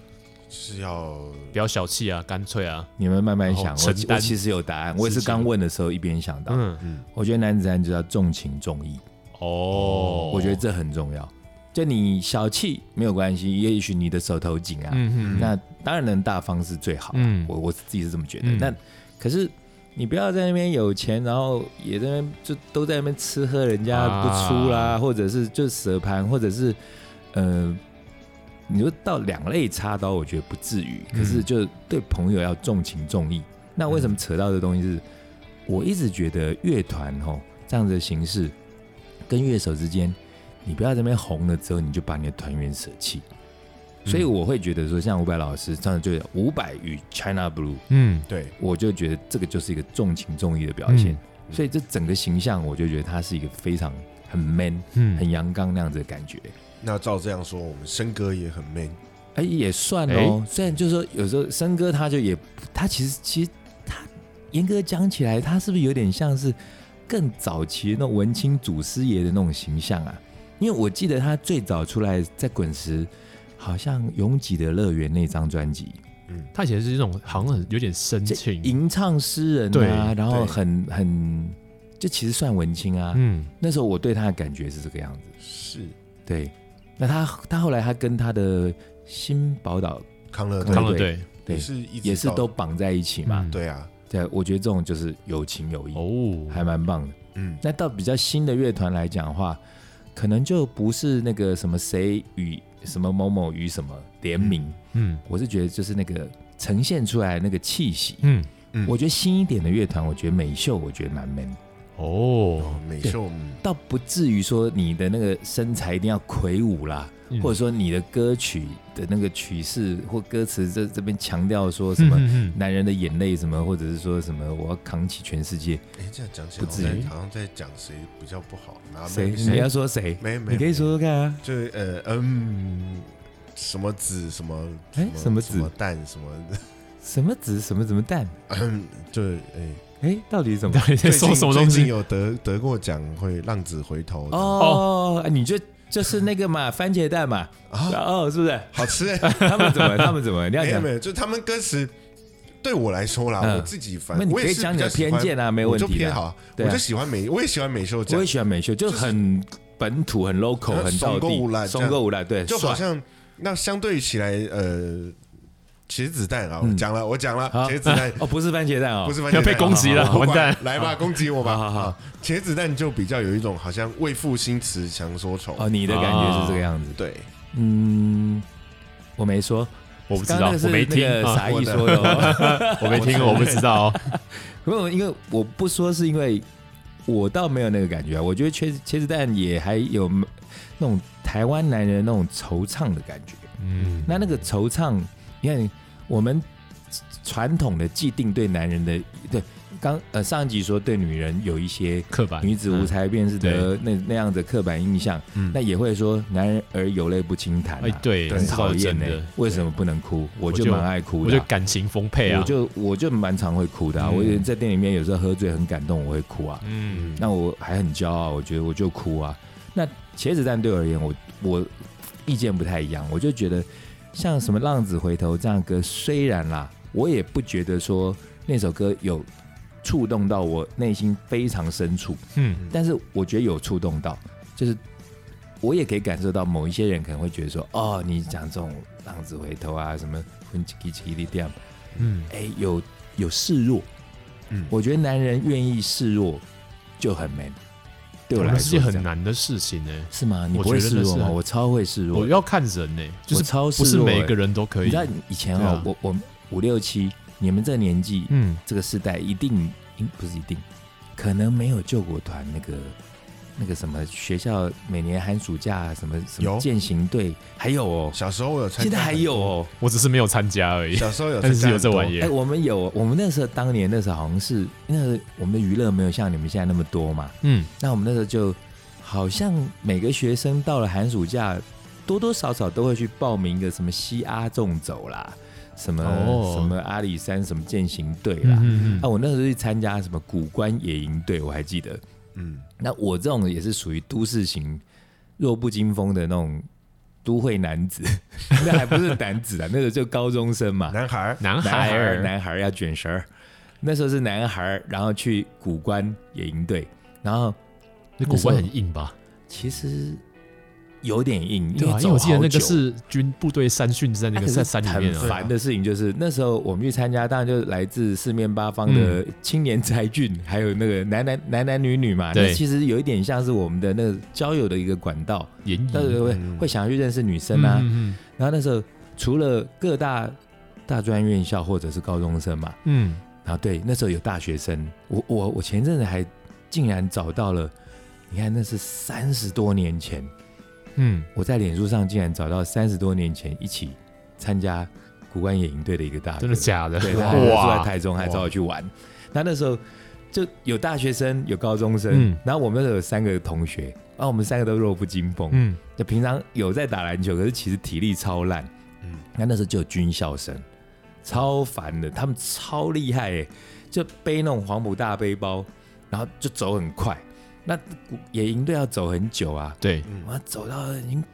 是要比较小气啊，干脆啊，你们慢慢想。哦我承我担其实有答案，我也是事情刚问的时候一边想到。嗯，我觉得男子汉就要重情重义，哦，我觉得这很重要。就你小气没有关系，也许你的手头紧啊，嗯那当然能大方是最好啊。嗯我我自己是这么觉得。嗯那可是你不要在那边有钱，然后也在那边就都在那边吃喝人家不出啦，啊或者是就蛇盘，或者是呃，你说到两肋插刀，我觉得不至于。嗯可是就对朋友要重情重义。那为什么扯到这东西是？我一直觉得乐团吼这样子的形式，跟乐手之间，你不要在那边红了之后，你就把你的团员舍弃。所以我会觉得说，像伍佰老师这样就伍佰与 China Blue，嗯对，我就觉得这个就是一个重情重义的表现。嗯所以这整个形象，我就觉得他是一个非常很 man、嗯很阳刚那样子的感觉。那照这样说，我们森哥也很 man，哎、也算哦。虽然就是说，有时候森哥他就也，他其实其实他严格讲起来，他是不是有点像是更早期那种文青祖师爷的那种形象啊？因为我记得他最早出来在滚石，好像《拥挤的乐园》那张专辑，嗯他以前是那种好像很有点啊深这情，吟唱诗人对啊，然后对很很，就其实算文青啊。嗯，那时候我对他的感觉是这个样子。是对，那他他后来他跟他的新宝岛康乐对康队乐队对也是一直也是到都绑在一起嘛。嗯对啊，对，我觉得这种就是有情有义，哦，还蛮棒的。嗯，那到比较新的乐团来讲的话，可能就不是那个什么谁与什么某某与什么联名，嗯我是觉得就是那个呈现出来的那个气息。嗯嗯我觉得新一点的乐团，我觉得美秀，我觉得蛮 man，的哦哦，美秀嗯倒不至于说你的那个身材一定要魁梧啦，嗯或者说你的歌曲的那个曲式或歌词这这边强调说什么嗯嗯嗯男人的眼泪什么，或者是说什么我要扛起全世界，哎，这样讲起不来至好于像好像在讲谁比较不好，然后谁啊没你要说谁？没没，你可以说说看啊。就是呃嗯什么子什么哎，什么什子么蛋什么， [coughs] 什么子什么什么蛋？嗯就是 [laughs] 哎，哎，到底怎么 [laughs] 到？底最在近说什么东最近西？有得得过奖会浪子回头的哦，你就就是那个嘛，番茄蛋嘛，啊，哦，是不是？好 [laughs] 吃哎，他们怎么？他们怎么？你要没有讲没，有，就他们歌词对我来说啦，嗯我自己反那你我可也以是讲比你较的喜欢偏见啊，没我问就题偏啊。好，对我就喜欢美，我也喜欢美秀我奖也，喜欢美秀，就就是很本土、很 local、呃很道松够无赖地，松够无赖，对，就好帅像那相对起来，呃，茄子蛋啊，我嗯讲了，我讲了，好茄子蛋 [laughs] 哦，不是番茄蛋哦，不是番茄啊要蛋被攻击了，不完管蛋！来吧，攻击我吧！好好好啊茄子蛋就比较有一种好像为赋新词强说愁。啊哦，你的感觉是这个样子。对，嗯，我没说，我不知刚道刚那个，是我没听那，个啊傻一说的哦，我没听，我不知道哦。因为因为我不说是因为我倒没有那个感觉啊，我觉得茄子茄子蛋也还有那种台湾男人那种惆怅的感觉。嗯，那那个惆怅，你看我们传统的既定对男人的对刚呃上一集说对女人有一些刻板女子无，才便是德、那那样的刻板印象，嗯那也会说男人儿有泪不轻弹、啊，哎对很这倒讨是厌真呢、的为什么不能哭？我就我就蛮爱哭我的就啊、感情丰沛啊，我就我就蛮常会哭的、啊，嗯我有在店里面有时候喝醉很感动，我会哭啊。嗯那我还很骄傲，我觉得我就哭啊。那茄子蛋对我而言，我我意见不太一样，我就觉得像什么《浪子回头》这样的歌，虽然啦，我也不觉得说那首歌有触动到我内心非常深处，嗯但是我觉得有触动到，就是我也可以感受到某一些人可能会觉得说，哦，你讲这种浪子回头啊，什么混吉吉吉的这样，嗯哎，有有示弱，嗯，我觉得男人愿意示弱就很 man，对我来那说是件这样很难的事情呢。是吗？你我不会觉得示那弱是吗？很我超会示弱我，要看人呢，就我是超示不是弱每欸个人都可你以知。道以前对哦啊，我我五六七，你们这年纪嗯，这个世代一定，应不是一定，可能没有救国团那个那个什么学校每年寒暑假、啊、什么什么有践行队，还有哦，小时候我有参加，现在还有，哦，我只是没有参加而已，小时候有参但加是有很多，这玩哎、意儿。我们有哦，我们那时候当年那时候好像是那时候我们的娱乐没有像你们现在那么多嘛，嗯，那我们那时候就好像每个学生到了寒暑假，多多少少都会去报名一个什么西阿纵走啦，什么、哦什么阿里山什么践行队啦，嗯嗯啊，我那时候去参加什么古关野营队，我还记得。嗯，那我这种也是属于都市型弱不禁风的那种都会男子， [laughs] 那还不是男子啊，那个就高中生嘛，男孩儿，男男孩孩儿儿，男孩儿要卷绳儿。那时候是男孩儿，然后去古关野营队，然后那骨关很硬吧？其实有点硬，对啊，因为走我记得好那个久是军部队山训是在那啊个可是在山里面很啊，烦的事情就是那时候我们去参加，当然就是来自四面八方的嗯青年才俊，还有那个男男男男女女嘛。对那其实有一点像是我们的那个交友的一个管道，演但是绎会、嗯会想要去认识女生啊。嗯然后那时候除了各大大专院校或者是高中生嘛，嗯然后对那时候有大学生，我我我前阵子还竟然找到了，你看那是三十多年前。嗯我在脸书上竟然找到三十多年前一起参加古关野营队的一个大哥，嗯，真的假的对，他还住在哇，台中，还找我去玩。那那时候就有大学生，有高中生，嗯然后我们那时候有三个同学，然后我们三个都弱不禁风，嗯就平常有在打篮球，可是其实体力超烂。嗯那那时候就有军校生，超烦的，他们超厉害哎、就背那种黄埔大背包，然后就走很快。那古野营队要走很久啊，对，嗯我走到已经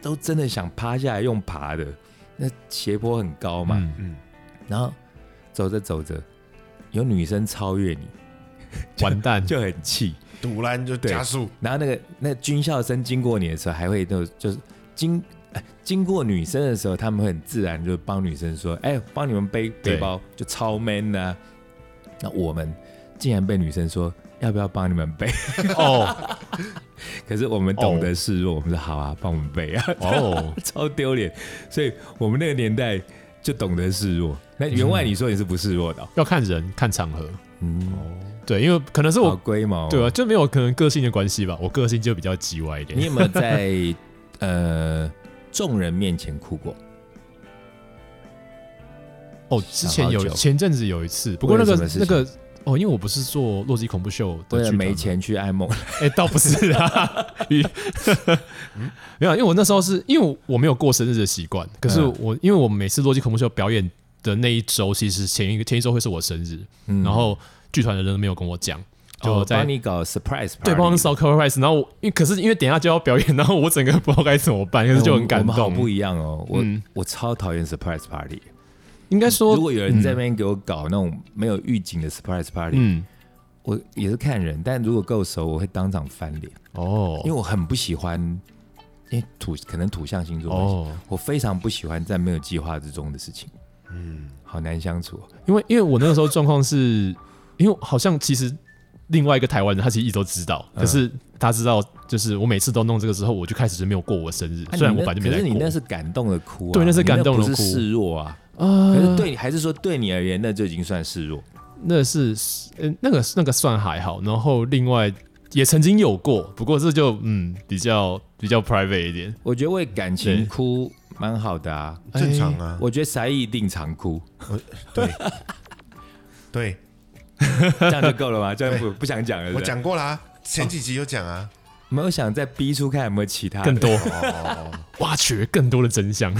都真的想趴下来用爬的，那斜坡很高嘛，嗯嗯，然后走着走着，有女生超越你，完蛋，就很气。堵拦就对加速，然后那个那军校生经过你的时候，还会就就是经哎经过女生的时候，他们会很自然就帮女生说：“哎，帮你们背对背包，就超 man 的啊、那我们竟然被女生说要不要帮你们背？哦 [laughs] 可是我们懂得示弱，我们说好啊，帮我们背啊，哦， [laughs] 超丢脸。所以我们那个年代就懂得示弱。那员外，你说你是不示弱的哦、要看人看场合，嗯，对，因为可能是好哦我龟毛、嗯对啊，就没有可能个性的关系吧，我个性就比较叽歪一你点。有没有在呃众人面前哭过？哦，之前有想好久前阵子有一次，不过那个为了什那么事情个哦，因为我不是做洛基恐怖秀为的了剧团没嘛，钱去 [laughs] 爱梦，哎，倒不是 [laughs] 啊，与嗯没有，因为我那时候是因为我我没有过生日的习惯，可是嗯我因为我每次洛基恐怖秀表演的那一周，其实前一个前一周会是我生日，嗯哦然后剧团的人没有跟我讲，就就哦在帮你搞 surprise，对，帮我 party 们烧 cover rice，然后我因为可是因为等一下就要表演，然后我整个不知道该怎么 [laughs] 办，可是就很感我们我们好不动。一样哦，我嗯我超讨厌 surprise party。应该如说，果有人在那边给我搞那种没有预警的 surprise party，嗯，我也是看人，但如果够熟，我会当场翻脸，哦因为，我很不喜欢，因为土可能土象星座关系，哦，我非常不喜欢在没有计划之中的事情，嗯，好难相处哦。因为因为我那个时候状况是，因为好像其实另外一个台湾人他其实一直都知道，可是他知道就是我每次都弄这个之后，我就开始就没有过我生日，啊虽然你那我本来就可没在是你那过是感动的哭、啊，对那是感动的你那不哭是示弱啊。啊可是对你，还是说对你而言，那就已经算示弱。那是嗯、那个那个算还好，然后另外也曾经有过，不过这就嗯比较比较 private 一点，我觉得为感对情哭蛮好的啊。正常哎啊，我觉得才艺一定常 [laughs] 哭，对，对这样就够了吗？这样不不想讲了。我是不是讲过啊啦，前几集有讲啊，没有想再逼出看有没有其他的更 [laughs] 多哦，挖掘更多的真相。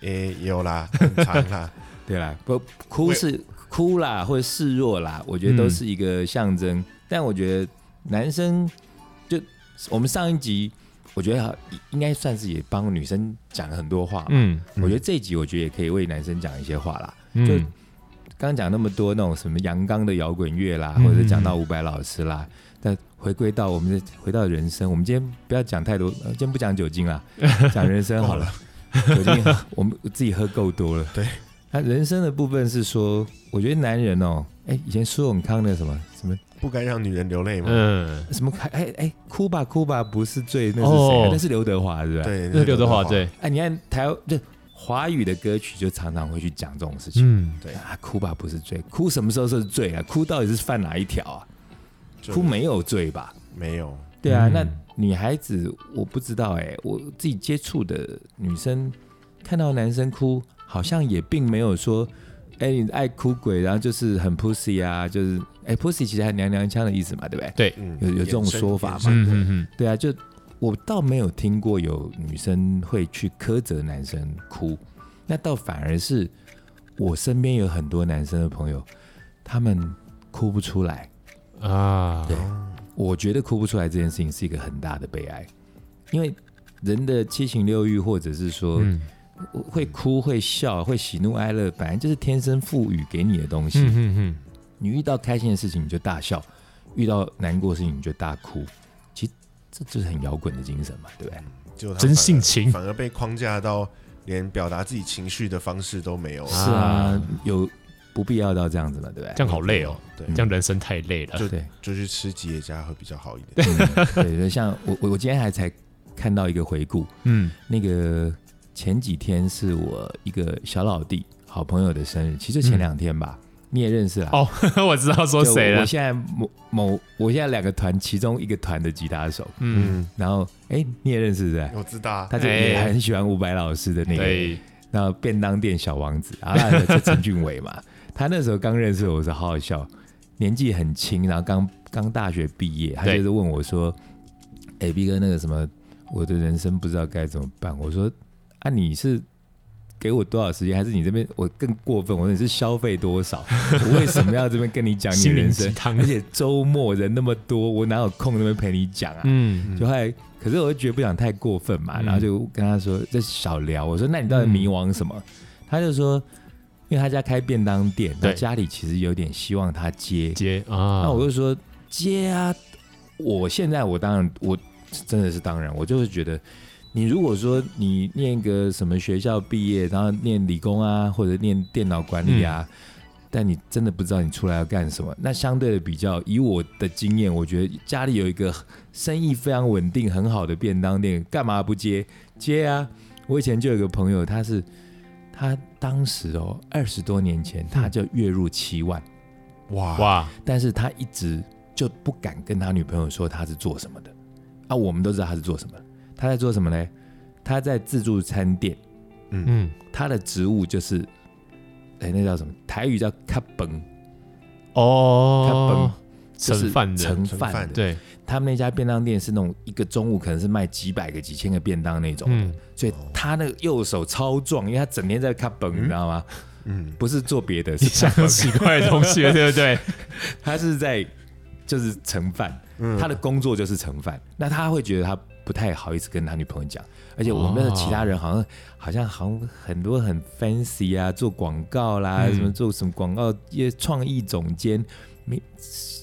也有啦，很长 [laughs] 啦，对啦，不哭是哭啦，或者示弱啦，我觉得都是一个象征。但我觉得男生就我们上一集，我觉得应该算是也帮女生讲了很多话。嗯，我觉得这一集我觉得也可以为男生讲一些话啦。就就刚刚讲那么多那种什么阳刚的摇滚乐啦，嗯或者讲到伍佰老师啦，但回归到我们的回到人生，我们今天不要讲太多，呃今天不讲酒精 [laughs] 啦，讲人生好了。哦酒精喝我们自己喝够多 [laughs] 了。对，那人生的部分是说，我觉得男人哦，哎，以前苏永康的什么什么不该让女人流泪嘛，嗯，什么，哎哎，哭吧哭吧不是罪，那是谁哦啊？那是刘德华，是吧？。对，那刘德华，对，哎，你看台湾就华语的歌曲就常常会去讲这种事情。嗯，啊，哭吧不是罪，哭什么时候是罪啊？哭到底是犯哪一条啊？就哭没有罪吧？没有，对啊，嗯那女孩子我不知道哎、我自己接触的女生看到男生哭，好像也并没有说，哎、你爱哭鬼，然后就是很 pussy 啊，就是哎、pussy 其实还娘娘腔的意思嘛，对不对？对，嗯，有有这种衍生说法嘛衍生嗯嗯嗯，对啊，就我倒没有听过有女生会去苛责男生哭，那倒反而是我身边有很多男生的朋友，他们哭不出来。啊，对我觉得哭不出来这件事情是一个很大的悲哀，因为人的七情六欲，或者是说、嗯会哭、会笑、会喜怒哀乐，本来就是天生赋予给你的东西。嗯嗯嗯，你遇到开心的事情你就大笑，遇到难过的事情你就大哭，其实这就是很摇滚的精神嘛，对不对？结果他真反而性情反而被框架到连表达自己情绪的方式都没有了，是啊，有不必要到这样子嘛，对不对？这样好累哦，对这样人生太累嗯了。就对就去吃吉野家会比较好一点。对，就像我我我今天还才看到一个回顾，嗯那个前几天是我一个小老弟好朋友的生日，其实前两天吧，你也认识啦。嗯哦， [laughs] 我知道说就谁我了。现在某某，我现在两个团其中一个团的吉他手，嗯，嗯，然后哎、你也认识是不是？我知道啊，他就哎也很喜欢伍佰老师的那个对，那便当店小王子 [laughs] 啊，那就陈俊伟嘛，他那时候刚认识我的时候好好笑，年纪很轻，然后刚刚大学毕业，他对就是问我说：“哎、b 哥，那个什么，我的人生不知道该怎么办。”我说：“啊，你是给我多少时间，还是你这边我更过分？我说你是消费多少？ [laughs] 我为什么要这边跟你讲你心灵人鸡生？汤而且周末人那么多，我哪有空那边陪你讲啊？嗯，就后来，可是我又觉得不想太过分嘛，嗯然后就跟他说这小聊，我说那你到底迷惘什么？他就说，因为他家开便当店，嗯对那家里其实有点希望他接，接啊，那我就说接啊，我现在我当然我真的是当然，我就是觉得。你如果说你念个什么学校毕业，然后念理工啊，或者念电脑管理啊，但你真的不知道你出来要干什么。那相对的比较，以我的经验，我觉得家里有一个生意非常稳定、很好的便当店，干嘛不接？接啊！我以前就有一个朋友，他是他当时哦，二十多年前他就月入七万，哇哇，但是他一直就不敢跟他女朋友说他是做什么的。啊，我们都知道他是做什么，他在做什么呢？他在自助餐店，嗯，他的职务就是，哎、那叫什么？台语叫“卡本哦，就盛是饭的，盛盛饭饭的。对，他们那家便当店是那种一个中午可能是卖几百个、几千个便当那种，嗯，所以他那个右手超壮，因为他整天在卡本，你知道吗？嗯，不是做别的，你是想卡有本，奇怪的东西了， [laughs] 对不对？ [laughs] 他是在就是盛饭。嗯他的工作就是盛饭，那他会觉得他不太好意思跟他女朋友讲，而且我们的其他人好像、好像好像很多很 fancy 啊，做广告啦，嗯什么做什么广告业创意总监，没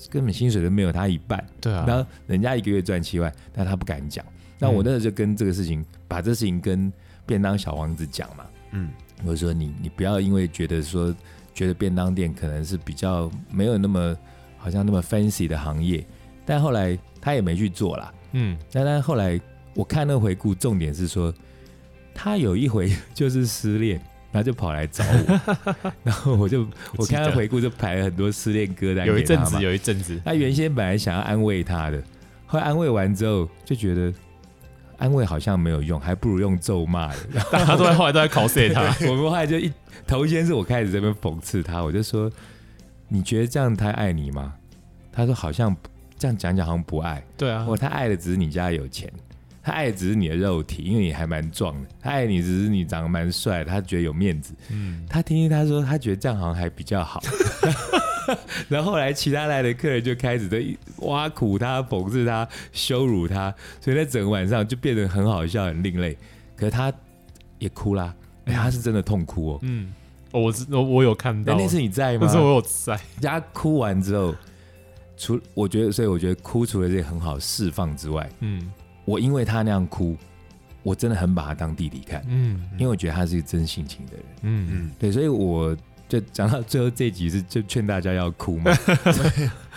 根本薪水都没有他一半，对啊，嗯然后人家一个月赚七万，但他不敢讲。那我那时候就跟这个事情，把这事情跟便当小王子讲嘛，嗯，我就说你你不要因为觉得说觉得便当店可能是比较没有那么好像那么 fancy 的行业，但后来他也没去做啦。嗯，但但后来我看那回顾，重点是说他有一回就是失恋，然后就跑来找我， [laughs] 然后我就我我记得看他回顾就排了很多失恋歌单给他嘛，有一阵子，有一阵子，他原先本来想要安慰他的，后来安慰完之后就觉得安慰好像没有用，还不如用咒骂的。 [laughs] 大家都在后来都在 cos 他，我们后来就一头先是我开始这边讽刺他，我就说：“你觉得这样他爱你吗？”他说：“好像不这样讲讲好像不爱。对啊，我他爱的只是你家有钱，他爱的只是你的肉体，因为你还蛮壮的。他爱你只是你长得蛮帅，他觉得有面子。嗯，他听听他说，他觉得这样好像还比较 [laughs] 好。然后后来其他来的客人就开始在挖苦他、讽刺他、羞辱他，所以在整个晚上就变得很好笑、很另类。可是他也哭啦，哎、他是真的痛哭哦。嗯，哦我知我我有看那到，那次你在吗但？是我有在，他哭完之后，除我觉得，所以我觉得哭除了这个很好释放之外，嗯我因为他那样哭，我真的很把他当弟弟看，嗯因为我觉得他是一个真性情的人。嗯，嗯，对，所以我就讲到最后这一集是就劝大家要哭嘛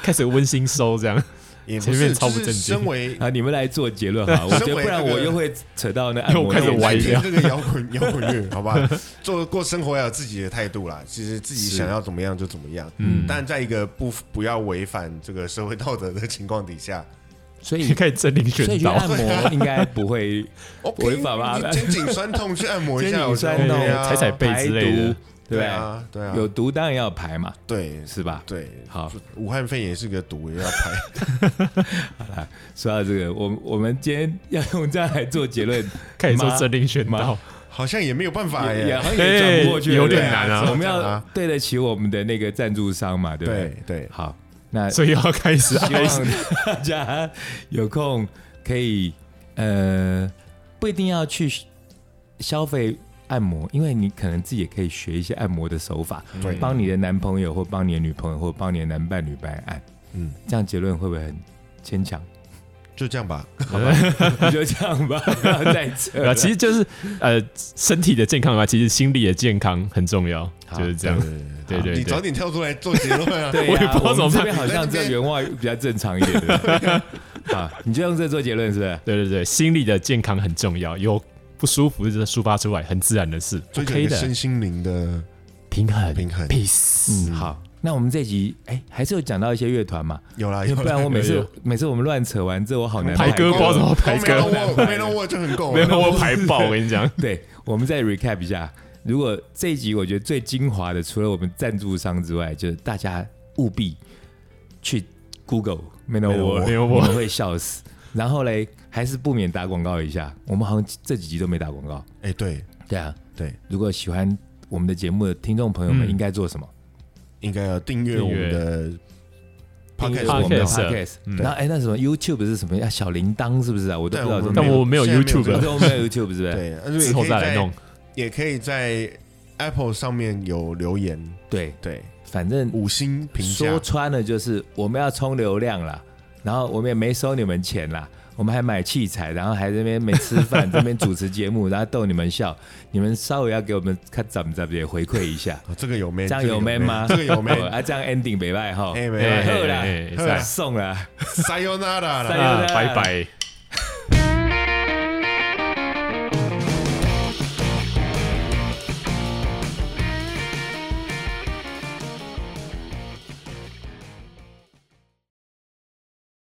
开始温馨收这样，也不前面是，超就不正是经身 [laughs] 为啊，你们来做结论哈，我觉身得为不然那个我又会扯到那按摩又开始那一歪集掉听这个摇滚 [laughs] 摇滚乐，好吧，做过生活要有自己的态度啦。其实自己是想要怎么样就怎么样，嗯但在一个不不要违反这个社会道德的情况底下，所你 [laughs] 以嗯可以正令所以宣去导按，摩应该不会哦，违法吧你肩颈酸痛去按摩一下，肩 [laughs] 颈我觉得酸痛 OK 啊踩踩背排之类的毒，对不对对？啊，对啊，有毒当然要排嘛，对是吧？对，好，武汉肺炎是个毒，也要排。说到这个，我我们今天要用这样来做结论，可以做吗正令宣导妈， [laughs] 好像也没有办法也也耶。好像也转不过去，对对不对有点难啊我们这样要啊对得起我们的那个赞助商嘛，对不对对？对，好，那所以要 [laughs] 开始希爱望大家有空可以呃，不一定要去消费按摩，因为你可能自己也可以学一些按摩的手法，对帮你的男朋友或帮你的女朋友或帮你的男伴侣伴按。嗯，这样结论会不会很牵强？就这样吧。好吧，你就这样吧， [laughs] 不要再扯对啊，了。其实就是呃，身体的健康嘛，啊其实心理的健康很重要，好就是这样。对对你对早点跳出来做结论啊！对 [laughs] 我也呀、不知道怎我么办们这边好像这原话比较正常一点的。 [laughs] 好，你就用这做结论是不是？对对对，心理的健康很重要，有不舒服就是抒发出来，很自然的事。追求 OK 一个的身心灵的平衡平衡。 ，peace。嗯，好，那我们这集哎、还是有讲到一些乐团嘛，有啦，因有为不啦。然我每有次有每次我们乱扯完之后，我好难排歌不知道怎么排歌没弄我，没弄我就很够没了。有我排爆，我跟你 [laughs] 讲，对，我们再 recap 一下。如果这一集我觉得最精华的，除了我们赞助商之外，就是大家务必去 Google Manowar， Manowar 你们会笑死。然后嘞，还是不免打广告一下，我们好像这几集都没打广告。哎，对对啊，对，如果喜欢我们的节目的听众朋友们，嗯应该做什么？应该要订阅我们的订阅 podcast，我们的 Podcast podcast。嗯那哎，那什么 YouTube 是什么？啊，小铃铛是不是啊？我都但不知道我这们种。但我没有现在 YouTube 这我个们我们没有 YouTube 是不是？对，而且之后再来弄。也可以在，也可以在 Apple 上面有留言，对，对，反正五星评说价，穿了就是我们要充流量啦，然后我们也没收你们钱啦，我们还买器材，然后还在那边没吃饭，这边主持节目，然后逗你们笑，你们稍微要给我们看怎么怎么也回馈一下，哦这个有 man，这样有 man 吗？这个有哦 man，啊，这样 ending 北拜哈，哎哎没好哎啦哎好啦哎送了， ，sayonara 啦哎哎啊哎拜拜。